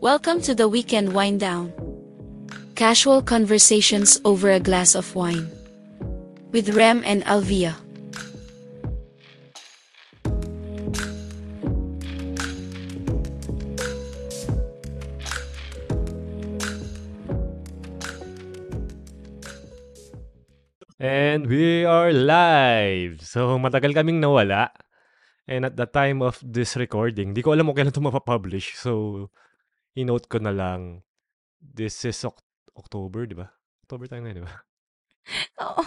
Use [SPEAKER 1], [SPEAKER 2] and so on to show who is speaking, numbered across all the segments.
[SPEAKER 1] Welcome to the weekend wind down. Casual conversations over a glass of wine. With Rem and Alvia.
[SPEAKER 2] And we are live! So, matagal kaming nawala. And at the time of this recording, di ko alam kung kailan ito mapapublish. So, inote ko na lang. This is Oc- October, di ba? October tayo ngayon, di ba?
[SPEAKER 1] Oo.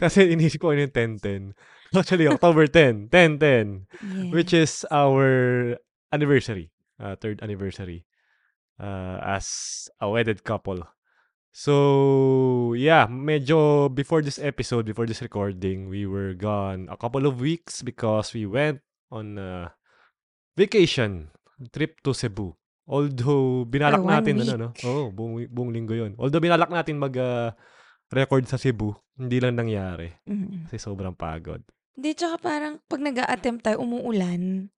[SPEAKER 2] Kasi inisip ko ano yung 10-10. Actually, October 10. 10-10. Which is our anniversary. uh, third anniversary. uh, as a wedded couple. So, yeah, medyo before this episode, before this recording, we were gone a couple of weeks because we went on a vacation trip to Cebu. Although binalak
[SPEAKER 1] For one
[SPEAKER 2] natin ano no. Oh, buong, wi- buong linggo 'yon. Although binalak natin mag ah, record sa Cebu, hindi lang nangyari
[SPEAKER 3] Mm.
[SPEAKER 2] kasi sobrang pagod.
[SPEAKER 3] Di, tsaka parang pag nag attempt tayo, umuulan.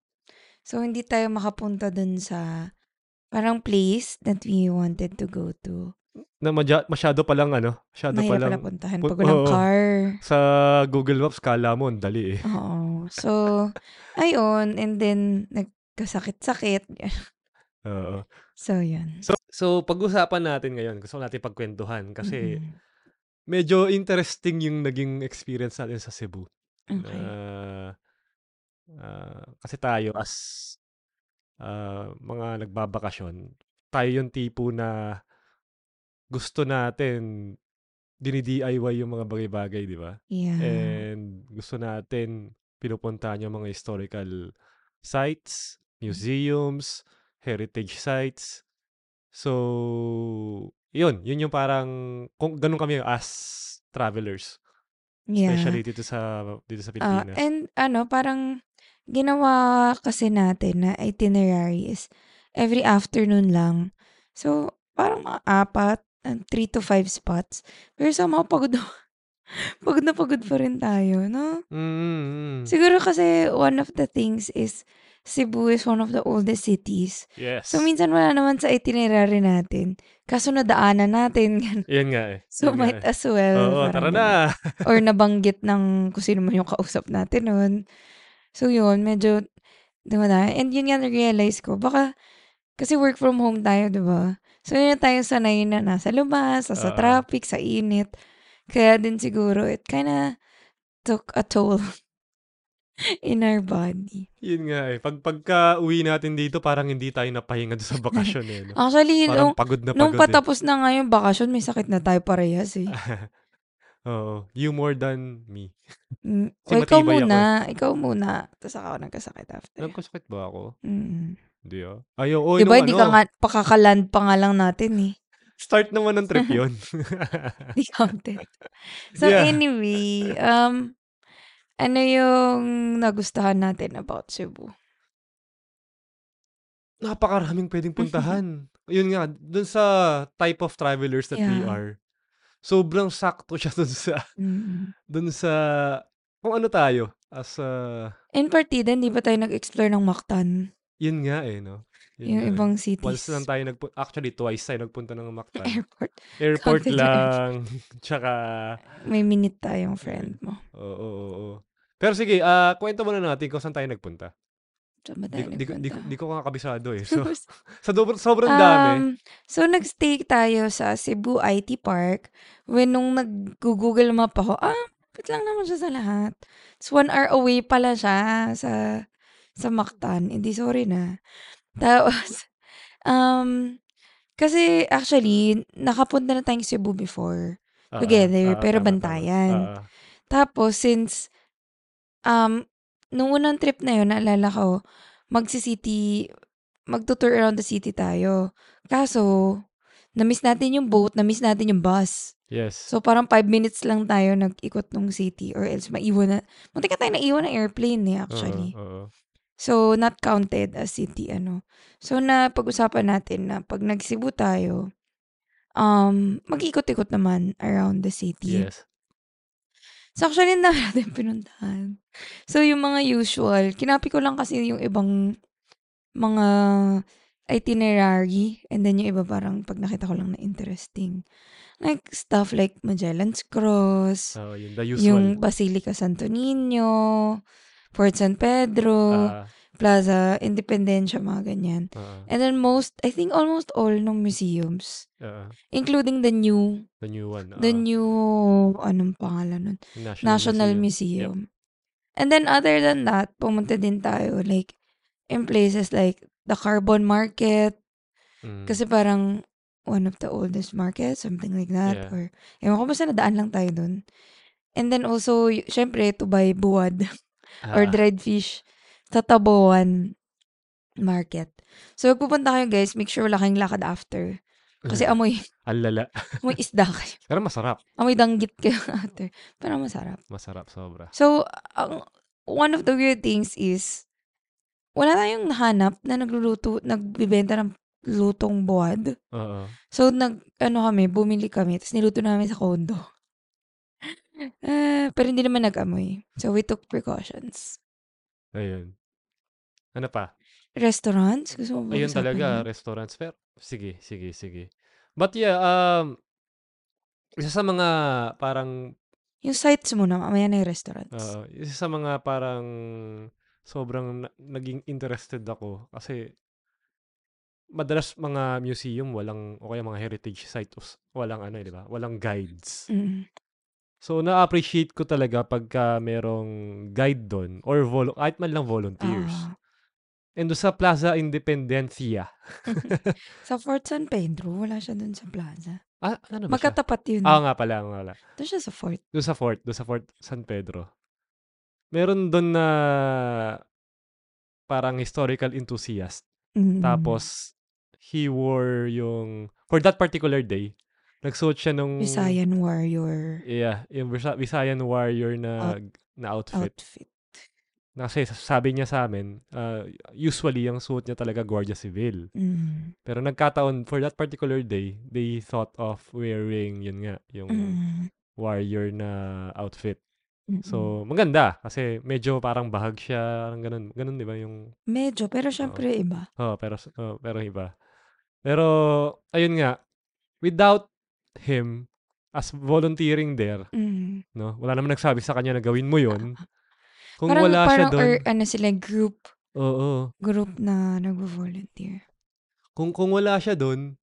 [SPEAKER 3] So, hindi tayo makapunta dun sa parang place that we wanted to go to.
[SPEAKER 2] Na madya- masyado pa lang ano, masyado pa
[SPEAKER 3] Mahirap
[SPEAKER 2] lang
[SPEAKER 3] pala puntahan
[SPEAKER 2] Pu-
[SPEAKER 3] pag walang
[SPEAKER 2] oo.
[SPEAKER 3] car.
[SPEAKER 2] sa Google Maps kala mo ang dali eh.
[SPEAKER 3] Oo. So, ayun. And then, nagkasakit-sakit.
[SPEAKER 2] Oo.
[SPEAKER 3] So, yun.
[SPEAKER 2] So, so pag-usapan natin ngayon, gusto ko natin pagkwentuhan kasi
[SPEAKER 3] Mm-mm.
[SPEAKER 2] medyo interesting yung naging experience natin sa Cebu.
[SPEAKER 3] Okay.
[SPEAKER 2] Ah, ah, kasi tayo as ah, mga nagbabakasyon, tayo yung tipo na gusto natin dini-DIY yung mga bagay-bagay, di ba?
[SPEAKER 3] yeah.
[SPEAKER 2] eh, And gusto natin pinupuntahan yung mga historical sites, museums, heritage sites. So, yun. Yun yung parang, kung ganun kami as travelers.
[SPEAKER 3] yeah.
[SPEAKER 2] Especially dito sa, dito sa
[SPEAKER 3] Ah,
[SPEAKER 2] Pilipinas.
[SPEAKER 3] and ano, parang ginawa kasi natin na itinerary is every afternoon lang. So, parang mga apat, and three to five spots. Pero somehow pagod na, pagod na pagod pa rin tayo,
[SPEAKER 2] Hmm.
[SPEAKER 3] no?
[SPEAKER 2] Mm, mm, mm.
[SPEAKER 3] Siguro kasi one of the things is Cebu is one of the oldest cities.
[SPEAKER 2] yes.
[SPEAKER 3] So, minsan wala naman sa itinerary natin. Kaso nadaanan natin.
[SPEAKER 2] Yan nga eh.
[SPEAKER 3] so,
[SPEAKER 2] yun nga
[SPEAKER 3] might
[SPEAKER 2] eh.
[SPEAKER 3] as well.
[SPEAKER 2] Oo, tara
[SPEAKER 3] parang ganun
[SPEAKER 2] na.
[SPEAKER 3] or nabanggit ng kung sino man yung kausap natin noon. So yun, medyo dumada. And yun nga na-realize ko, baka kasi work from home tayo, di ba? So yun na tayo sanay na nasa labas, sa, sa
[SPEAKER 2] Oo.
[SPEAKER 3] traffic, sa init. Kaya din siguro, it kinda took a toll in our body.
[SPEAKER 2] Yun nga eh. Pag pagka uwi natin dito, parang hindi tayo napahinga doon sa bakasyon eh. no?
[SPEAKER 3] Actually,
[SPEAKER 2] Parang
[SPEAKER 3] Oh, nung,
[SPEAKER 2] pagod na
[SPEAKER 3] nung
[SPEAKER 2] pagod eh.
[SPEAKER 3] patapos na nga yung bakasyon, may sakit na tayo parehas eh.
[SPEAKER 2] Oo. You more than me.
[SPEAKER 3] Mm,
[SPEAKER 2] Kasi
[SPEAKER 3] well,
[SPEAKER 2] matibay ako
[SPEAKER 3] ikaw
[SPEAKER 2] eh.
[SPEAKER 3] muna, ikaw muna. Tapos ako nagkasakit after.
[SPEAKER 2] Alam ko sakit ba ako?
[SPEAKER 3] Mm.
[SPEAKER 2] Hindi ah. Ay, oo.
[SPEAKER 3] Diba,
[SPEAKER 2] nung
[SPEAKER 3] hindi
[SPEAKER 2] ano,
[SPEAKER 3] ka nga, pakakaland pa nga lang natin eh.
[SPEAKER 2] Start naman ng trip yun.
[SPEAKER 3] Hindi counted. So
[SPEAKER 2] Yeah.
[SPEAKER 3] anyway, um, ano yung nagustuhan natin about Cebu?
[SPEAKER 2] Napakaraming pwedeng puntahan. yun nga, dun sa type of travelers that we
[SPEAKER 3] Yeah.
[SPEAKER 2] are, sobrang sakto siya dun sa,
[SPEAKER 3] Mm.
[SPEAKER 2] dun sa, kung ano tayo. As a,
[SPEAKER 3] In partida, hindi ba tayo nag-explore ng Mactan?
[SPEAKER 2] yun nga eh, no? Yun
[SPEAKER 3] yung
[SPEAKER 2] nga eh.
[SPEAKER 3] ibang cities.
[SPEAKER 2] Once lang tayo nagpunta, actually twice tayo nagpunta ng Mactan.
[SPEAKER 3] Airport.
[SPEAKER 2] Airport
[SPEAKER 3] Counted sa
[SPEAKER 2] lang. Tsaka,
[SPEAKER 3] May minute tayong friend mo.
[SPEAKER 2] oo, oo, oo. Pero sige, ah kwento muna natin kung saan tayo nagpunta.
[SPEAKER 3] Saan ba
[SPEAKER 2] Di,
[SPEAKER 3] tayo
[SPEAKER 2] ko- di, ko- di, ko-
[SPEAKER 3] nagpunta?
[SPEAKER 2] di ko nga kabisado eh. So, sa sobrang, sobrang dami.
[SPEAKER 3] Um, so, nag-stay tayo sa Cebu IT Park. When nung nag-google map ako, ah, malapit lang naman siya sa lahat. It's one hour away pala siya sa sa Mactan. Hindi, sorry na. Tapos, um, kasi actually, nakapunta na tayong Cebu before.
[SPEAKER 2] Ah, ah,
[SPEAKER 3] together, pero
[SPEAKER 2] tama, tama.
[SPEAKER 3] bantayan.
[SPEAKER 2] Ah,
[SPEAKER 3] Tapos, since, um, nung unang trip na yun, naalala ko, magsi-city, magtutour around the city tayo. Kaso, na-miss natin yung boat, na-miss natin yung bus.
[SPEAKER 2] yes.
[SPEAKER 3] So, parang five minutes lang tayo nag-ikot ng city or else maiwan na. Muntik na tayo naiwan ng airplane eh,
[SPEAKER 2] Oo,
[SPEAKER 3] actually.
[SPEAKER 2] oo.
[SPEAKER 3] So, not counted as city, ano. So, na pag-usapan natin na pag nag-Cebu tayo, um, mag-ikot-ikot naman around the city.
[SPEAKER 2] Yes.
[SPEAKER 3] So actually, hindi naman natin pinuntahan. So yung mga usual, kinapi ko lang kasi yung ibang mga itinerary. And then yung iba parang pag nakita ko lang na interesting. Like stuff like Magellan's Cross,
[SPEAKER 2] Oh, yun, the
[SPEAKER 3] yung
[SPEAKER 2] usual.
[SPEAKER 3] Basilica Santo Niño, Fort San Pedro,
[SPEAKER 2] Ah,
[SPEAKER 3] Plaza Independencia, mga ganyan.
[SPEAKER 2] ah,
[SPEAKER 3] And then most, I think almost all ng museums,
[SPEAKER 2] ah, ah,
[SPEAKER 3] including the new,
[SPEAKER 2] the new one.
[SPEAKER 3] the
[SPEAKER 2] ah,
[SPEAKER 3] new, anong pangalan nun? National Museum. And then other than that, pumunta din tayo like in places like the Carbon Market
[SPEAKER 2] Mm,
[SPEAKER 3] kasi parang one of the oldest markets, something like
[SPEAKER 2] Yeah.
[SPEAKER 3] that. Or, ewan ko basta nadaan lang tayo dun. And then also, y- syempre, to buy buwad
[SPEAKER 2] ah,
[SPEAKER 3] or dried fish sa Taboan Market. So, pag pupunta kayo guys, make sure wala kayong lakad after. Kasi amoy,
[SPEAKER 2] Ang lala.
[SPEAKER 3] amoy isda kayo.
[SPEAKER 2] ah, Pero masarap.
[SPEAKER 3] Amoy danggit kayo after. Pero masarap.
[SPEAKER 2] Masarap sobra.
[SPEAKER 3] So, ang, one of the weird things is, wala tayong nahanap na nagluluto, nagbibenta ng lutong buwad.
[SPEAKER 2] Oo.
[SPEAKER 3] So, nag, ano kami, bumili kami, tapos niluto namin sa kondo. Ah, pero hindi naman nag-amoy. So, we took precautions.
[SPEAKER 2] Ayun. Ano pa?
[SPEAKER 3] Restaurants? Gusto mo ba
[SPEAKER 2] Ayun
[SPEAKER 3] usapan
[SPEAKER 2] talaga,
[SPEAKER 3] yun?
[SPEAKER 2] restaurants. Pero, sige, sige, sige. But yeah, um, isa sa mga parang,
[SPEAKER 3] Yung sites muna, mamaya na yung restaurants.
[SPEAKER 2] uh, isa sa mga parang sobrang na- naging interested ako kasi madalas mga museum walang o kaya mga heritage sites walang ano, eh, di ba? Walang guides.
[SPEAKER 3] Mm.
[SPEAKER 2] So, na-appreciate ko talaga pagka merong guide doon or vol- kahit man lang volunteers.
[SPEAKER 3] Ah.
[SPEAKER 2] And doon sa Plaza Independencia.
[SPEAKER 3] sa Fort San Pedro, wala siya dun sa plaza.
[SPEAKER 2] Ah, ano ba siya?
[SPEAKER 3] Magkatapat yun.
[SPEAKER 2] Ah, nga pala, nga pala.
[SPEAKER 3] Doon siya sa fort.
[SPEAKER 2] Doon sa fort, doon sa Fort San Pedro. Meron doon na parang historical enthusiast.
[SPEAKER 3] Mm.
[SPEAKER 2] Tapos, he wore yung, for that particular day, nagsuot siya nung,
[SPEAKER 3] Visayan warrior
[SPEAKER 2] yeah, yung Visa- Visayan warrior na, na outfit.
[SPEAKER 3] outfit.
[SPEAKER 2] Na Kasi sabi niya sa amin, ah, usually yung suot niya talaga Guardia Civil.
[SPEAKER 3] Mm.
[SPEAKER 2] Pero nagkataon, for that particular day, they thought of wearing, yun nga, yung
[SPEAKER 3] Mm.
[SPEAKER 2] warrior na outfit.
[SPEAKER 3] Mm-mm.
[SPEAKER 2] So, maganda. Kasi medyo parang bahag siya. Parang ganun. Ganun, di ba? Yung,
[SPEAKER 3] medyo,
[SPEAKER 2] ah,
[SPEAKER 3] pero syempre iba.
[SPEAKER 2] oh, pero, oh, pero iba. Pero, ayun nga, without him, as volunteering there,
[SPEAKER 3] Mm.
[SPEAKER 2] no? Wala naman nagsabi sa kanya na gawin mo yon Kung
[SPEAKER 3] parang,
[SPEAKER 2] wala siya
[SPEAKER 3] parang
[SPEAKER 2] doon,
[SPEAKER 3] or, ano sila, group,
[SPEAKER 2] oo.
[SPEAKER 3] group na nag-volunteer.
[SPEAKER 2] Kung, kung wala siya doon,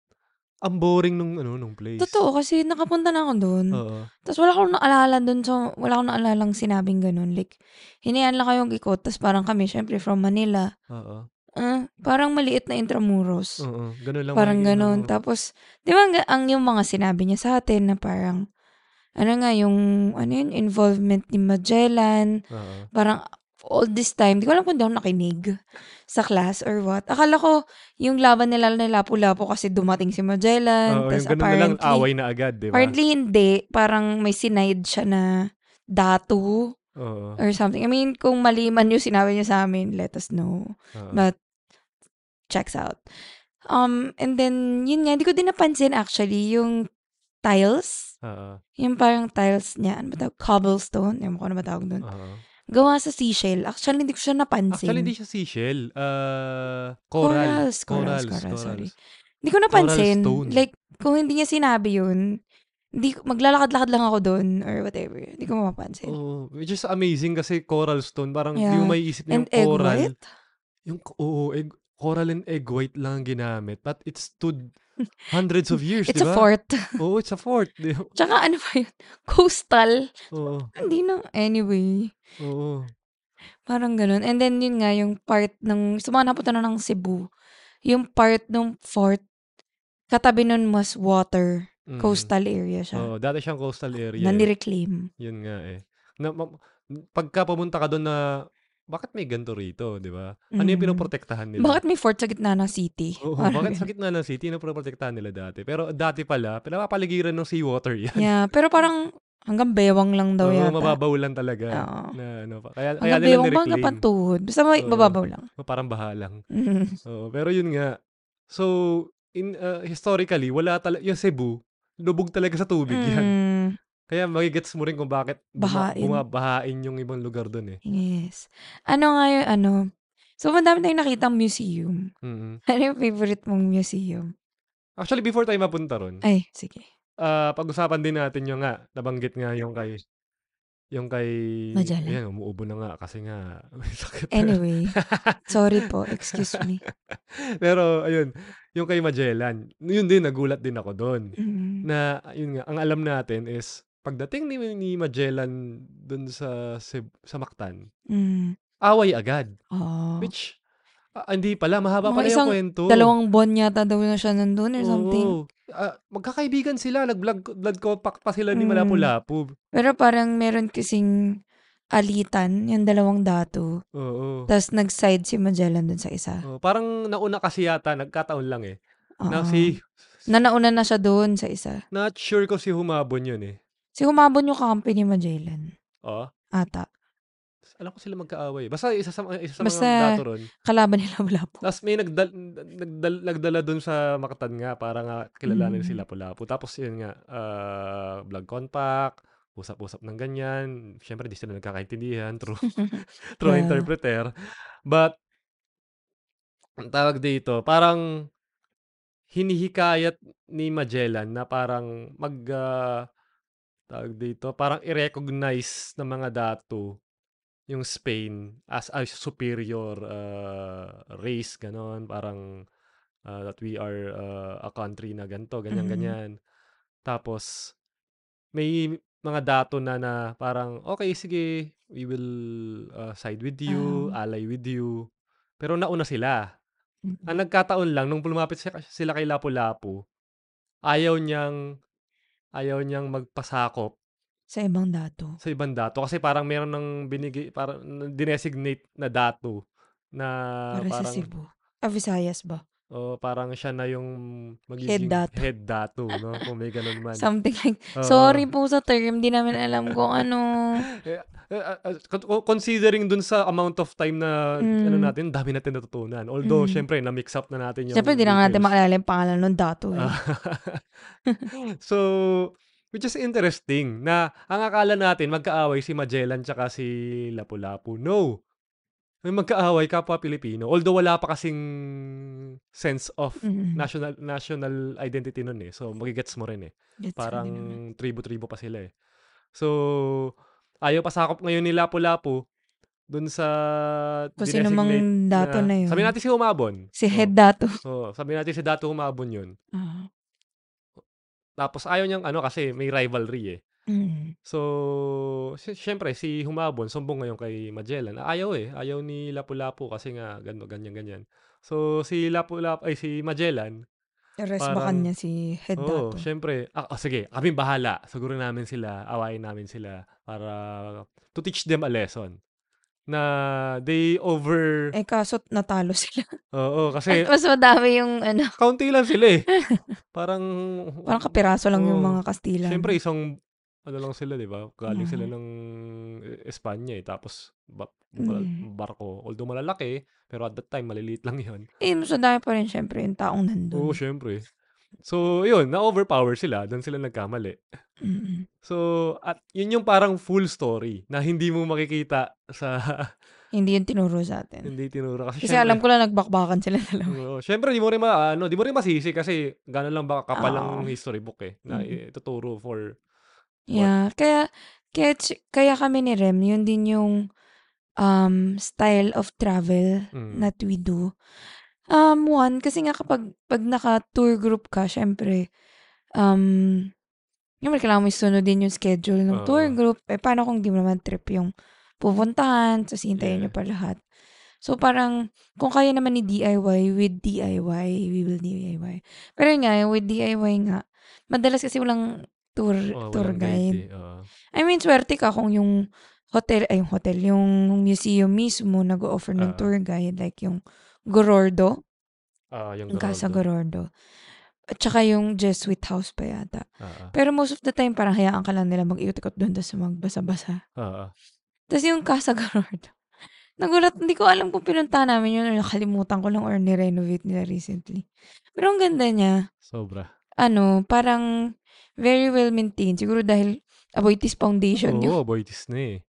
[SPEAKER 2] ang boring nung, ano, nung place.
[SPEAKER 3] Totoo, kasi nakapunta na ako doon.
[SPEAKER 2] Oo.
[SPEAKER 3] Tapos wala akong naalala doon. So, wala akong naalalang sinabing ganun. Like, hinayaan lang kayong ikot. Tapos parang kami, syempre, from Manila.
[SPEAKER 2] Oo.
[SPEAKER 3] ah, parang maliit na intramuros.
[SPEAKER 2] Oo. Ganun lang. ano,
[SPEAKER 3] Parang
[SPEAKER 2] makikita
[SPEAKER 3] ganun.
[SPEAKER 2] mo.
[SPEAKER 3] Tapos, di ba ang, ang yung mga sinabi niya sa atin na parang, ano nga, yung, ano yun, involvement ni Magellan,
[SPEAKER 2] Oo.
[SPEAKER 3] parang all this time, di ko alam kung di ako nakinig sa class or what. Akala ko, yung laban nila na lapu-lapu kasi dumating si
[SPEAKER 2] Oo,
[SPEAKER 3] Magellan, tapos
[SPEAKER 2] yung ganun na lang,
[SPEAKER 3] apparently,
[SPEAKER 2] away na agad, di ba?
[SPEAKER 3] apparently hindi, parang may sinaid siya na datu
[SPEAKER 2] Oo.
[SPEAKER 3] or something. I mean, kung mali man yung sinabi niya sa amin, let us know.
[SPEAKER 2] oo.
[SPEAKER 3] But checks out. Um, and then, yun nga, hindi ko din napansin actually yung tiles.
[SPEAKER 2] Oo.
[SPEAKER 3] Yung parang tiles niya. Ano ba tawag? Cobblestone. Ewan ko ano ba tawag doon.
[SPEAKER 2] oo.
[SPEAKER 3] Gawa sa seashell. Actually, hindi ko siya napansin.
[SPEAKER 2] Actually, hindi siya seashell. Uh, coral.
[SPEAKER 3] Corals, corals, corals,
[SPEAKER 2] corals.
[SPEAKER 3] sorry. Hindi ko napansin.
[SPEAKER 2] stone.
[SPEAKER 3] Like, kung hindi niya sinabi yun, hindi, ko- maglalakad-lakad lang ako doon or whatever. Hindi ko mapapansin.
[SPEAKER 2] Oo, Oh, which is amazing kasi coral stone. Parang
[SPEAKER 3] Eh, Yeah.
[SPEAKER 2] hindi mo may isip na
[SPEAKER 3] and
[SPEAKER 2] yung
[SPEAKER 3] egg
[SPEAKER 2] coral.
[SPEAKER 3] white?
[SPEAKER 2] Yung, oo, egg, coral and egg white lang ang ginamit. But it stood hundreds of years,
[SPEAKER 3] It's
[SPEAKER 2] di ba?
[SPEAKER 3] a fort.
[SPEAKER 2] Oo, it's a fort. Di-
[SPEAKER 3] Tsaka ano ba yun? Coastal.
[SPEAKER 2] Oo,
[SPEAKER 3] Hindi na. Anyway.
[SPEAKER 2] oo.
[SPEAKER 3] Parang ganun. And then, yun nga, yung part ng, sumana po tanong ng Cebu, yung part ng fort, katabi nun mas water,
[SPEAKER 2] Mm. Oh,
[SPEAKER 3] coastal area siya.
[SPEAKER 2] Oo, dati siyang coastal area. eh.
[SPEAKER 3] Nandi-reclaim.
[SPEAKER 2] Yun nga eh. Na, ma- pagka pumunta ka doon na, bakit may ganito rito, di ba? Ano yung
[SPEAKER 3] Mm.
[SPEAKER 2] pinoprotektahan nila?
[SPEAKER 3] Bakit may fort sa gitna ng city?
[SPEAKER 2] Oo,
[SPEAKER 3] Parang
[SPEAKER 2] bakit
[SPEAKER 3] ganun.
[SPEAKER 2] sa gitna ng city, pinoprotektahan nila dati? Pero dati pala, pinapapaligiran ng seawater yan.
[SPEAKER 3] Yeah, pero parang hanggang bewang lang daw
[SPEAKER 2] Oo,
[SPEAKER 3] yata.
[SPEAKER 2] mababaw lang talaga.
[SPEAKER 3] Oo.
[SPEAKER 2] Na, ano, pa- kaya, kaya
[SPEAKER 3] Hanggang
[SPEAKER 2] nila
[SPEAKER 3] bewang ba hanggang
[SPEAKER 2] nireclaim.
[SPEAKER 3] pantuhod? Basta may
[SPEAKER 2] Oo.
[SPEAKER 3] mababaw lang.
[SPEAKER 2] Oh, Parang bahalang.
[SPEAKER 3] Mhm.
[SPEAKER 2] Oo, pero yun nga. So, in uh, historically, wala talaga, yung Cebu, lubog talaga sa tubig yan.
[SPEAKER 3] Mm,
[SPEAKER 2] Kaya magigets mo rin kung bakit buma-
[SPEAKER 3] Bahain.
[SPEAKER 2] bumabahain yung ibang lugar doon eh.
[SPEAKER 3] yes. Ano nga yung ano, So, madami tayong nakitang museum.
[SPEAKER 2] Mm-mm.
[SPEAKER 3] Ano yung favorite mong museum?
[SPEAKER 2] Actually, before tayo mapunta ron,
[SPEAKER 3] Ay, sige.
[SPEAKER 2] ah, pag-usapan din natin yung nga, nabanggit nga yung kay, yung kay,
[SPEAKER 3] Magellan. Eh.
[SPEAKER 2] ayan, umuubo na nga kasi nga, may sakit.
[SPEAKER 3] Anyway, sorry po. Excuse me.
[SPEAKER 2] Pero, ayun, yung kay Magellan, yun din, nagulat din ako doon.
[SPEAKER 3] Mm.
[SPEAKER 2] Na, yun nga, ang alam natin is, pagdating ni, ni Magellan doon sa, Cebu- sa Mactan,
[SPEAKER 3] Mm.
[SPEAKER 2] away agad.
[SPEAKER 3] Oh.
[SPEAKER 2] Which, ah, hindi pala, mahaba
[SPEAKER 3] Mga
[SPEAKER 2] pala
[SPEAKER 3] isang
[SPEAKER 2] yung kwento.
[SPEAKER 3] Dalawang buwan yata daw na siya nandun or something.
[SPEAKER 2] Oo. Ah, magkakaibigan sila, nag-blood blood compact pa sila ni
[SPEAKER 3] Mm.
[SPEAKER 2] Malapu-Lapu.
[SPEAKER 3] Pero parang meron kasing alitan, yung dalawang dato.
[SPEAKER 2] Oo.
[SPEAKER 3] Tapos nag-side si Magellan dun sa isa.
[SPEAKER 2] Oo, parang nauna kasi yata, nagkataon lang eh. Na
[SPEAKER 3] Oo.
[SPEAKER 2] si,
[SPEAKER 3] Na nauna na siya doon sa isa.
[SPEAKER 2] not sure ko si Humabon yun eh.
[SPEAKER 3] Si humabon yung kampi ni Magellan.
[SPEAKER 2] Oo.
[SPEAKER 3] Ata.
[SPEAKER 2] Alam ko sila magkaaway. Basta isa sa, isa sa mga
[SPEAKER 3] Basta-
[SPEAKER 2] dato ron.
[SPEAKER 3] Kalaban nila wala po.
[SPEAKER 2] Tapos may nagdal, nagdal, nagdala dun sa Mactan nga para nga kilalanin
[SPEAKER 3] Mm.
[SPEAKER 2] sila Lapu-Lapu. Tapos yun nga, ah, vlog compact, usap-usap ng ganyan. Siyempre, di sila nagkakaintindihan. True, true
[SPEAKER 3] Well.
[SPEAKER 2] interpreter. But, ang tawag dito, parang hinihikayat ni Magellan na parang mag, ah, tawag dito, parang i-recognize ng mga dato yung Spain as a superior ah, race, ganon, parang ah, that we are ah, a country na ganito,
[SPEAKER 3] Mhm.
[SPEAKER 2] ganyan-ganyan. Tapos, may mga dato na na parang, okay, sige, we will ah, side with you,
[SPEAKER 3] Ah.
[SPEAKER 2] ally with you. Pero nauna sila.
[SPEAKER 3] Mm.
[SPEAKER 2] Ang nagkataon lang, nung lumapit siya- sila kay Lapu-Lapu, ayaw niyang, ayaw niyang magpasakop
[SPEAKER 3] Sa ibang dato.
[SPEAKER 2] sa ibang dato kasi parang meron ng binigay parang n- dinesignate na dato na
[SPEAKER 3] Para sa
[SPEAKER 2] parang
[SPEAKER 3] Cebu. Ah, Visayas ba?
[SPEAKER 2] oh, parang siya na yung magiging
[SPEAKER 3] dato.
[SPEAKER 2] head dato, no kung may ganun man
[SPEAKER 3] Something like,
[SPEAKER 2] Oo.
[SPEAKER 3] sorry po sa term, di namin alam kung ano.
[SPEAKER 2] Eh, ah, ah, con- con- considering dun sa amount of time na
[SPEAKER 3] Mm.
[SPEAKER 2] ano natin dami natin natutunan although
[SPEAKER 3] Mm.
[SPEAKER 2] syempre na mix up na natin yung
[SPEAKER 3] Siyempre, di na nga natin
[SPEAKER 2] details. Ah.
[SPEAKER 3] makalala yung pangalan ng dato. Eh.
[SPEAKER 2] so, which is interesting na ang akala natin magkaaway si Magellan tsaka si Lapu-Lapu. No. May magkaaway kapwa Pilipino. Although wala pa kasing sense of
[SPEAKER 3] Mm.
[SPEAKER 2] national national identity nun eh. So, magigets mo rin eh.
[SPEAKER 3] Gets ko, di
[SPEAKER 2] Parang
[SPEAKER 3] naman.
[SPEAKER 2] tribo-tribo pa sila eh. So, ayaw pasakop ngayon ni Lapu-Lapu dun sa
[SPEAKER 3] Kung sino mang
[SPEAKER 2] dinesignate
[SPEAKER 3] dato na yun.
[SPEAKER 2] Sabi natin si Humabon.
[SPEAKER 3] Si
[SPEAKER 2] Oh,
[SPEAKER 3] head dato.
[SPEAKER 2] oh, sabi natin si Dato Humabon yun.
[SPEAKER 3] Ah.
[SPEAKER 2] Tapos ayaw niyang ano kasi may rivalry eh.
[SPEAKER 3] Mm.
[SPEAKER 2] So, si- syempre si Humabon sumbong ngayon kay Magellan. Ah, Ayaw eh, ayaw ni Lapu-Lapu kasi nga ganto ganyan ganyan. So si Lapu-Lapu ay si Magellan.
[SPEAKER 3] Rest
[SPEAKER 2] Parang- oh,
[SPEAKER 3] bakan niya si head
[SPEAKER 2] Oo,
[SPEAKER 3] dato.
[SPEAKER 2] syempre. Ah, oh, sige, kami bahala. Siguro namin sila, awayin namin sila para to teach them a lesson na they over
[SPEAKER 3] Eh, kaso natalo sila.
[SPEAKER 2] Oo, kasi
[SPEAKER 3] Mas madami yung, ano,
[SPEAKER 2] county lang sila eh. Parang
[SPEAKER 3] parang kapiraso lang yung
[SPEAKER 2] Oo.
[SPEAKER 3] mga Kastila.
[SPEAKER 2] Oh. Siyempre, isang, ano lang sila, di ba? Galing sila
[SPEAKER 3] Oo.
[SPEAKER 2] ng eh, Espanya eh. Tapos, ba- ba-
[SPEAKER 3] Mm.
[SPEAKER 2] barko. Although malalaki, pero at that time, maliliit lang yun.
[SPEAKER 3] Eh, mas madami pa rin, siyempre, yung taong nandun.
[SPEAKER 2] Oo, syempre. So, yun, na-overpower sila. Doon sila nagkamali.
[SPEAKER 3] Mm-mm.
[SPEAKER 2] So, at yun yung parang full story na hindi mo makikita sa
[SPEAKER 3] Hindi yun tinuro sa atin.
[SPEAKER 2] hindi tinuro. Kasi,
[SPEAKER 3] Kasi alam ko lang nagbakbakan sila dalawa.
[SPEAKER 2] Oo, syempre, di mo rin, ma, ano, di mo rin masisi kasi gano'n lang baka kapal lang
[SPEAKER 3] Oo.
[SPEAKER 2] history book eh. Na
[SPEAKER 3] Mm.
[SPEAKER 2] ituturo for...
[SPEAKER 3] Yeah, kaya kaya ch- kaya kami ni Rem, yun din yung um style of travel
[SPEAKER 2] Mm.
[SPEAKER 3] that we do. Um one kasi nga kapag pag naka tour group ka, syempre um yung may kailangan mo sunodin yung schedule ng
[SPEAKER 2] Oo.
[SPEAKER 3] tour group. Eh, paano kung di mo naman trip yung pupuntahan, tapos hintayin
[SPEAKER 2] Yeah.
[SPEAKER 3] nyo pa lahat. So, parang, kung kaya naman ni DIY, with DIY, we will DIY. Pero yun nga, with DIY nga, madalas kasi walang tour,
[SPEAKER 2] oh,
[SPEAKER 3] tour
[SPEAKER 2] walang eh.
[SPEAKER 3] guide.
[SPEAKER 2] Oo.
[SPEAKER 3] I mean, swerte ka kung yung hotel, ay yung hotel, yung museum mismo nag-offer
[SPEAKER 2] Ah.
[SPEAKER 3] ng tour guide. Like yung Gorordo,
[SPEAKER 2] Ah, yung
[SPEAKER 3] yung Casa
[SPEAKER 2] Geraldo.
[SPEAKER 3] Gorordo. At saka yung Jesuit House pa yata.
[SPEAKER 2] Ah, ah.
[SPEAKER 3] Pero most of the time, parang hayaan ka lang nila mag-iutikot doon tapos magbasa-basa.
[SPEAKER 2] Ah, ah.
[SPEAKER 3] Tapos yung Casa Gorordo. Nagulat, hindi ko alam kung pinunta namin yun or nakalimutan ko lang or nirenovate nila recently. Pero ang ganda niya,
[SPEAKER 2] Sobra.
[SPEAKER 3] ano, parang very well maintained. Siguro dahil Aboitiz Foundation yung
[SPEAKER 2] Oo, Boy Disney.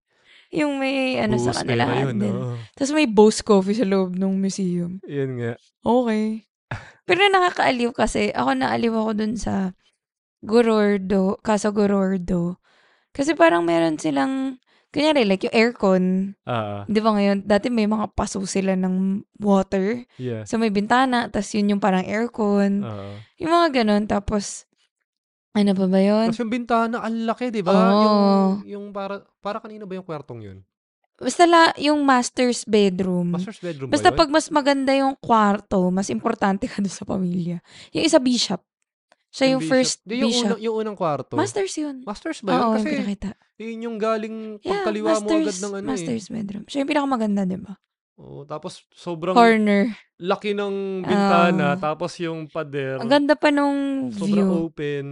[SPEAKER 3] Yung may ano sa
[SPEAKER 2] Boost
[SPEAKER 3] kanila.
[SPEAKER 2] na yun,
[SPEAKER 3] din.
[SPEAKER 2] oo.
[SPEAKER 3] Tapos may Bose Coffee sa loob ng museum.
[SPEAKER 2] Yun nga.
[SPEAKER 3] Okay. Pero nakakaaliw kasi. Ako naaliw ako dun sa Gorordo, Casa Gorordo. Kasi parang meron silang, kunyari like yung aircon.
[SPEAKER 2] Ah,
[SPEAKER 3] Di ba ngayon, dati may mga paso sila ng water.
[SPEAKER 2] yeah.
[SPEAKER 3] So may bintana, tapos yun yung parang aircon.
[SPEAKER 2] Oo.
[SPEAKER 3] Yung mga ganun. Tapos, ano pa ba yun?
[SPEAKER 2] Tapos yung bintana, ang laki, di ba?
[SPEAKER 3] Oo.
[SPEAKER 2] Yung, yung para, para kanino ba yung kwartong yun?
[SPEAKER 3] Basta la, yung master's bedroom.
[SPEAKER 2] Master's bedroom
[SPEAKER 3] Hmm.
[SPEAKER 2] ba
[SPEAKER 3] Basta
[SPEAKER 2] yun?
[SPEAKER 3] pag mas maganda yung kwarto, mas importante ka doon sa pamilya. Yung isa bishop. Siya yung, first
[SPEAKER 2] Di, yung
[SPEAKER 3] bishop.
[SPEAKER 2] Unang, yung unang kwarto.
[SPEAKER 3] Masters yun.
[SPEAKER 2] Masters ba yun?
[SPEAKER 3] Oo,
[SPEAKER 2] Kasi
[SPEAKER 3] yung pinakita.
[SPEAKER 2] yun yung galing
[SPEAKER 3] Yeah,
[SPEAKER 2] pagkaliwa mo agad
[SPEAKER 3] masters,
[SPEAKER 2] ng ano
[SPEAKER 3] masters
[SPEAKER 2] eh.
[SPEAKER 3] bedroom. Siya yung pinakamaganda, di ba?
[SPEAKER 2] Oo, tapos sobrang
[SPEAKER 3] Corner.
[SPEAKER 2] laki ng bintana.
[SPEAKER 3] Oo.
[SPEAKER 2] tapos yung pader.
[SPEAKER 3] Ah. Ang ganda pa nung
[SPEAKER 2] sobrang
[SPEAKER 3] view.
[SPEAKER 2] open.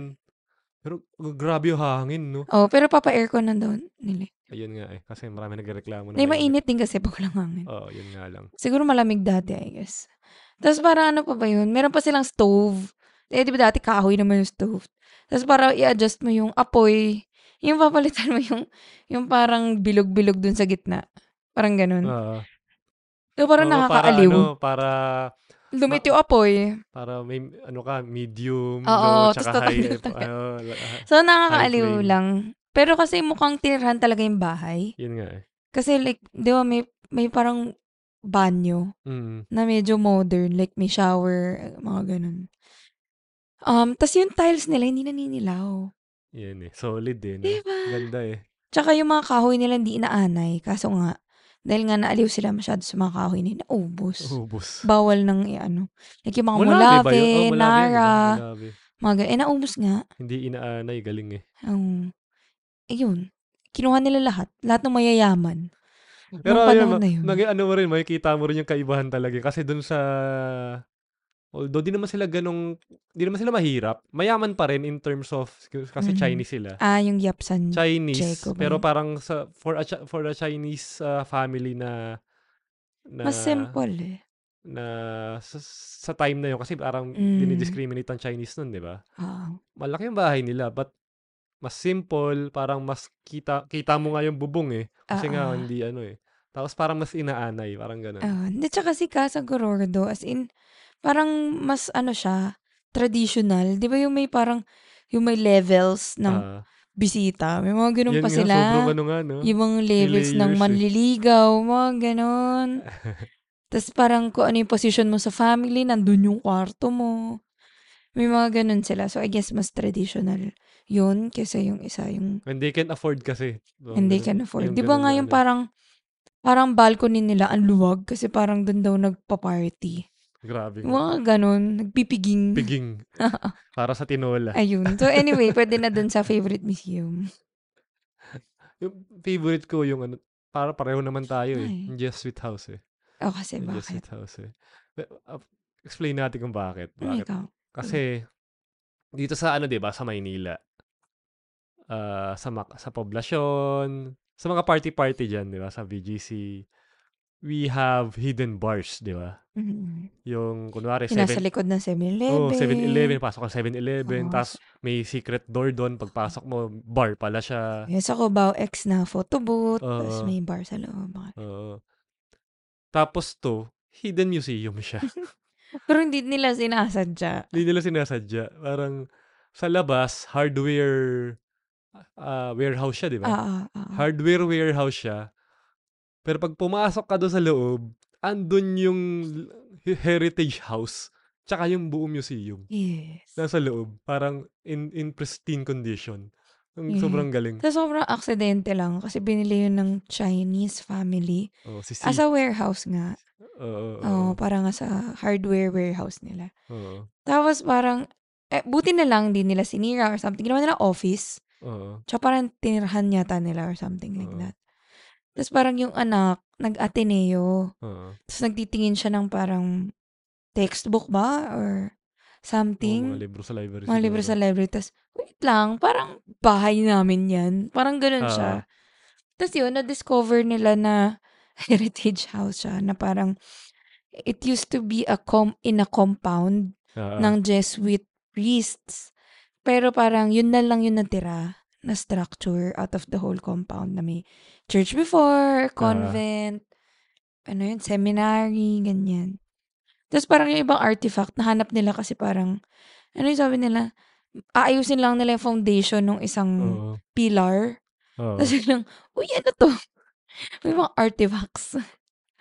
[SPEAKER 2] Pero g- grabe yung hangin, no?
[SPEAKER 3] Oh, pero papa-aircon na doon nila.
[SPEAKER 2] Ayun nga eh. Kasi marami nagreklamo na.
[SPEAKER 3] May
[SPEAKER 2] mainit.
[SPEAKER 3] mainit din kasi pag walang hangin.
[SPEAKER 2] Oo, yun nga lang.
[SPEAKER 3] Siguro malamig dati, I guess. Tapos para ano pa ba yun? Meron pa silang stove. Eh, di ba dati kahoy naman yung stove. Tapos para i-adjust mo yung apoy, yung papalitan mo yung, yung parang bilog-bilog dun sa gitna. Parang ganun.
[SPEAKER 2] Oo.
[SPEAKER 3] So, parang
[SPEAKER 2] Ah. Oo,
[SPEAKER 3] nakakaaliw.
[SPEAKER 2] Para, ano, para,
[SPEAKER 3] Lumit yung apoy.
[SPEAKER 2] para may, ano ka, medium,
[SPEAKER 3] Oo,
[SPEAKER 2] low,
[SPEAKER 3] tas
[SPEAKER 2] tsaka high.
[SPEAKER 3] tatanggal- tanggal.
[SPEAKER 2] ano, la- ah,
[SPEAKER 3] So, nakakaaliw
[SPEAKER 2] High flame.
[SPEAKER 3] lang. Pero kasi mukhang tinirhan talaga yung bahay.
[SPEAKER 2] yun nga eh.
[SPEAKER 3] Kasi like, di ba may, may parang banyo
[SPEAKER 2] Mm.
[SPEAKER 3] na medyo modern. Like, may shower, mga ganun. Um, tas yung tiles nila, hindi naninilaw.
[SPEAKER 2] Yun eh. Solid eh. No?
[SPEAKER 3] Di ba?
[SPEAKER 2] Ganda eh.
[SPEAKER 3] Tsaka yung mga kahoy nila hindi inaanay. Kaso nga, dahil nga naaliw sila masyado sa mga kahoy nila, naubos.
[SPEAKER 2] Ubus.
[SPEAKER 3] Bawal ng i-ano. Like yung mga
[SPEAKER 2] Malave Oh. ba
[SPEAKER 3] mulave,
[SPEAKER 2] yun? Oh, Malave yun,
[SPEAKER 3] nara,
[SPEAKER 2] no? Malave.
[SPEAKER 3] mga ganun. Eh, naubos nga.
[SPEAKER 2] Hindi inaanay. Galing eh.
[SPEAKER 3] Um, eh, yun. Kinuha nila lahat. Lahat ng mayayaman.
[SPEAKER 2] Pero
[SPEAKER 3] Nung
[SPEAKER 2] ayun,
[SPEAKER 3] panahon na yun.
[SPEAKER 2] nag, ano mo rin, makikita mo rin yung kaibahan talaga. eh. Kasi dun sa, although di naman sila ganong, di naman sila mahirap, mayaman pa rin in terms of, kasi
[SPEAKER 3] Mhm.
[SPEAKER 2] Chinese sila.
[SPEAKER 3] Ah, yung yapsan.
[SPEAKER 2] Chinese,
[SPEAKER 3] Jacob,
[SPEAKER 2] pero
[SPEAKER 3] ano?
[SPEAKER 2] parang sa, for, a, Chi- for a Chinese uh, family na, na
[SPEAKER 3] Mas simple eh.
[SPEAKER 2] na sa, sa time na yun kasi parang
[SPEAKER 3] Mm.
[SPEAKER 2] dinidiscriminate ang Chinese nun, di ba?
[SPEAKER 3] Ah.
[SPEAKER 2] Malaki yung bahay nila but mas simple, parang mas kita kita mo nga yung bubong eh. Kasi nga
[SPEAKER 3] Ah, ah.
[SPEAKER 2] hindi ano eh. Tapos parang mas inaanay, parang ganun.
[SPEAKER 3] Ah, Hindi, tsaka si Casa Gorordo, as in, parang mas ano siya, traditional. Di ba yung may parang, yung may levels ng
[SPEAKER 2] Ah,
[SPEAKER 3] bisita. May mga ganun
[SPEAKER 2] yun
[SPEAKER 3] Ano, pa
[SPEAKER 2] nga,
[SPEAKER 3] sila.
[SPEAKER 2] Sobrang ano nga, no?
[SPEAKER 3] Yung mga levels ng
[SPEAKER 2] layers eh.
[SPEAKER 3] manliligaw, mga ganun. Tapos parang kung ano yung position mo sa family, nandun yung kwarto mo. May mga ganun sila. So, I guess mas traditional yun kesa yung isa yung
[SPEAKER 2] When they can afford kasi. So,
[SPEAKER 3] and they
[SPEAKER 2] ganun-
[SPEAKER 3] can afford.
[SPEAKER 2] yung
[SPEAKER 3] Di ba
[SPEAKER 2] ganun
[SPEAKER 3] nga
[SPEAKER 2] na
[SPEAKER 3] yung
[SPEAKER 2] ano.
[SPEAKER 3] parang parang balcony nila ang luwag kasi parang dun daw nagpa-party.
[SPEAKER 2] Grabe. nga.
[SPEAKER 3] Yung Mga ganun, nagpipiging.
[SPEAKER 2] Piging. Para sa tinola.
[SPEAKER 3] Ayun. So anyway, pwede na dun sa favorite museum.
[SPEAKER 2] Yung favorite ko yung ano, para pareho naman tayo eh.
[SPEAKER 3] Ay.
[SPEAKER 2] Yung Just Sweet House eh.
[SPEAKER 3] O kasi
[SPEAKER 2] Yung Just
[SPEAKER 3] bakit?
[SPEAKER 2] Sweet House eh. But, uh, explain natin kung bakit.
[SPEAKER 3] Ano
[SPEAKER 2] Bakit?
[SPEAKER 3] ikaw?
[SPEAKER 2] Kasi dito sa ano 'di ba sa Maynila. ah, sa mak- sa poblasyon, sa mga party-party diyan 'di ba sa BGC. We have hidden bars, 'di ba?
[SPEAKER 3] Mm.
[SPEAKER 2] Yung kunwari
[SPEAKER 3] Yung nasa
[SPEAKER 2] 7
[SPEAKER 3] likod ng 7-Eleven.
[SPEAKER 2] Oh, 7-Eleven, pasok ka 7-Eleven,
[SPEAKER 3] Oo,
[SPEAKER 2] tapos may secret door doon, pagpasok mo, bar pala siya.
[SPEAKER 3] Yung sa Cubao X na photo booth, tapos
[SPEAKER 2] Oo.
[SPEAKER 3] may bar sa loob. Mga-
[SPEAKER 2] Oo. tapos to, hidden museum siya.
[SPEAKER 3] Pero hindi nila sinasadya.
[SPEAKER 2] Hindi nila sinasadya. Parang sa labas, hardware ah, warehouse siya, di ba?
[SPEAKER 3] Ah, ah, ah.
[SPEAKER 2] Hardware warehouse siya. Pero pag pumasok ka doon sa loob, andun yung l- heritage house tsaka yung buong museum.
[SPEAKER 3] Yes.
[SPEAKER 2] Nasa loob. Parang in, in pristine condition. Ang
[SPEAKER 3] Yeah.
[SPEAKER 2] sobrang galing.
[SPEAKER 3] Tapos sobrang aksidente lang kasi binili yun ng Chinese family.
[SPEAKER 2] Oh, si C.
[SPEAKER 3] As a warehouse nga.
[SPEAKER 2] Oo,
[SPEAKER 3] Oo, para nga sa hardware warehouse nila.
[SPEAKER 2] oo,
[SPEAKER 3] Tapos parang, eh, buti na lang din nila sinira or something. Ginawa nila office.
[SPEAKER 2] oo,
[SPEAKER 3] Tsaka parang tinirhan yata nila or something like
[SPEAKER 2] Oo.
[SPEAKER 3] that. Tapos parang yung anak, nag-Ateneo.
[SPEAKER 2] oo.
[SPEAKER 3] Tapos nagtitingin siya ng parang textbook ba or
[SPEAKER 2] Oo,
[SPEAKER 3] something.
[SPEAKER 2] mga libro sa library.
[SPEAKER 3] mga libro sa
[SPEAKER 2] siguro.
[SPEAKER 3] library. Tapos, wait lang, parang bahay namin yan. Parang ganun
[SPEAKER 2] Ah.
[SPEAKER 3] siya. Tapos yun, na-discover nila na heritage house siya na parang it used to be a com in a compound
[SPEAKER 2] Ah, ah.
[SPEAKER 3] ng Jesuit priests. Pero parang yun na lang yung natira na structure out of the whole compound na may church before, convent, ano yun, seminary, ganyan. Tapos parang yung ibang artifact, nahanap nila kasi parang, ano yung sabi nila, aayusin lang nila yung foundation ng isang
[SPEAKER 2] Oo.
[SPEAKER 3] pillar.
[SPEAKER 2] Oo.
[SPEAKER 3] Tapos biglang, uy, ano to? May mga artifacts.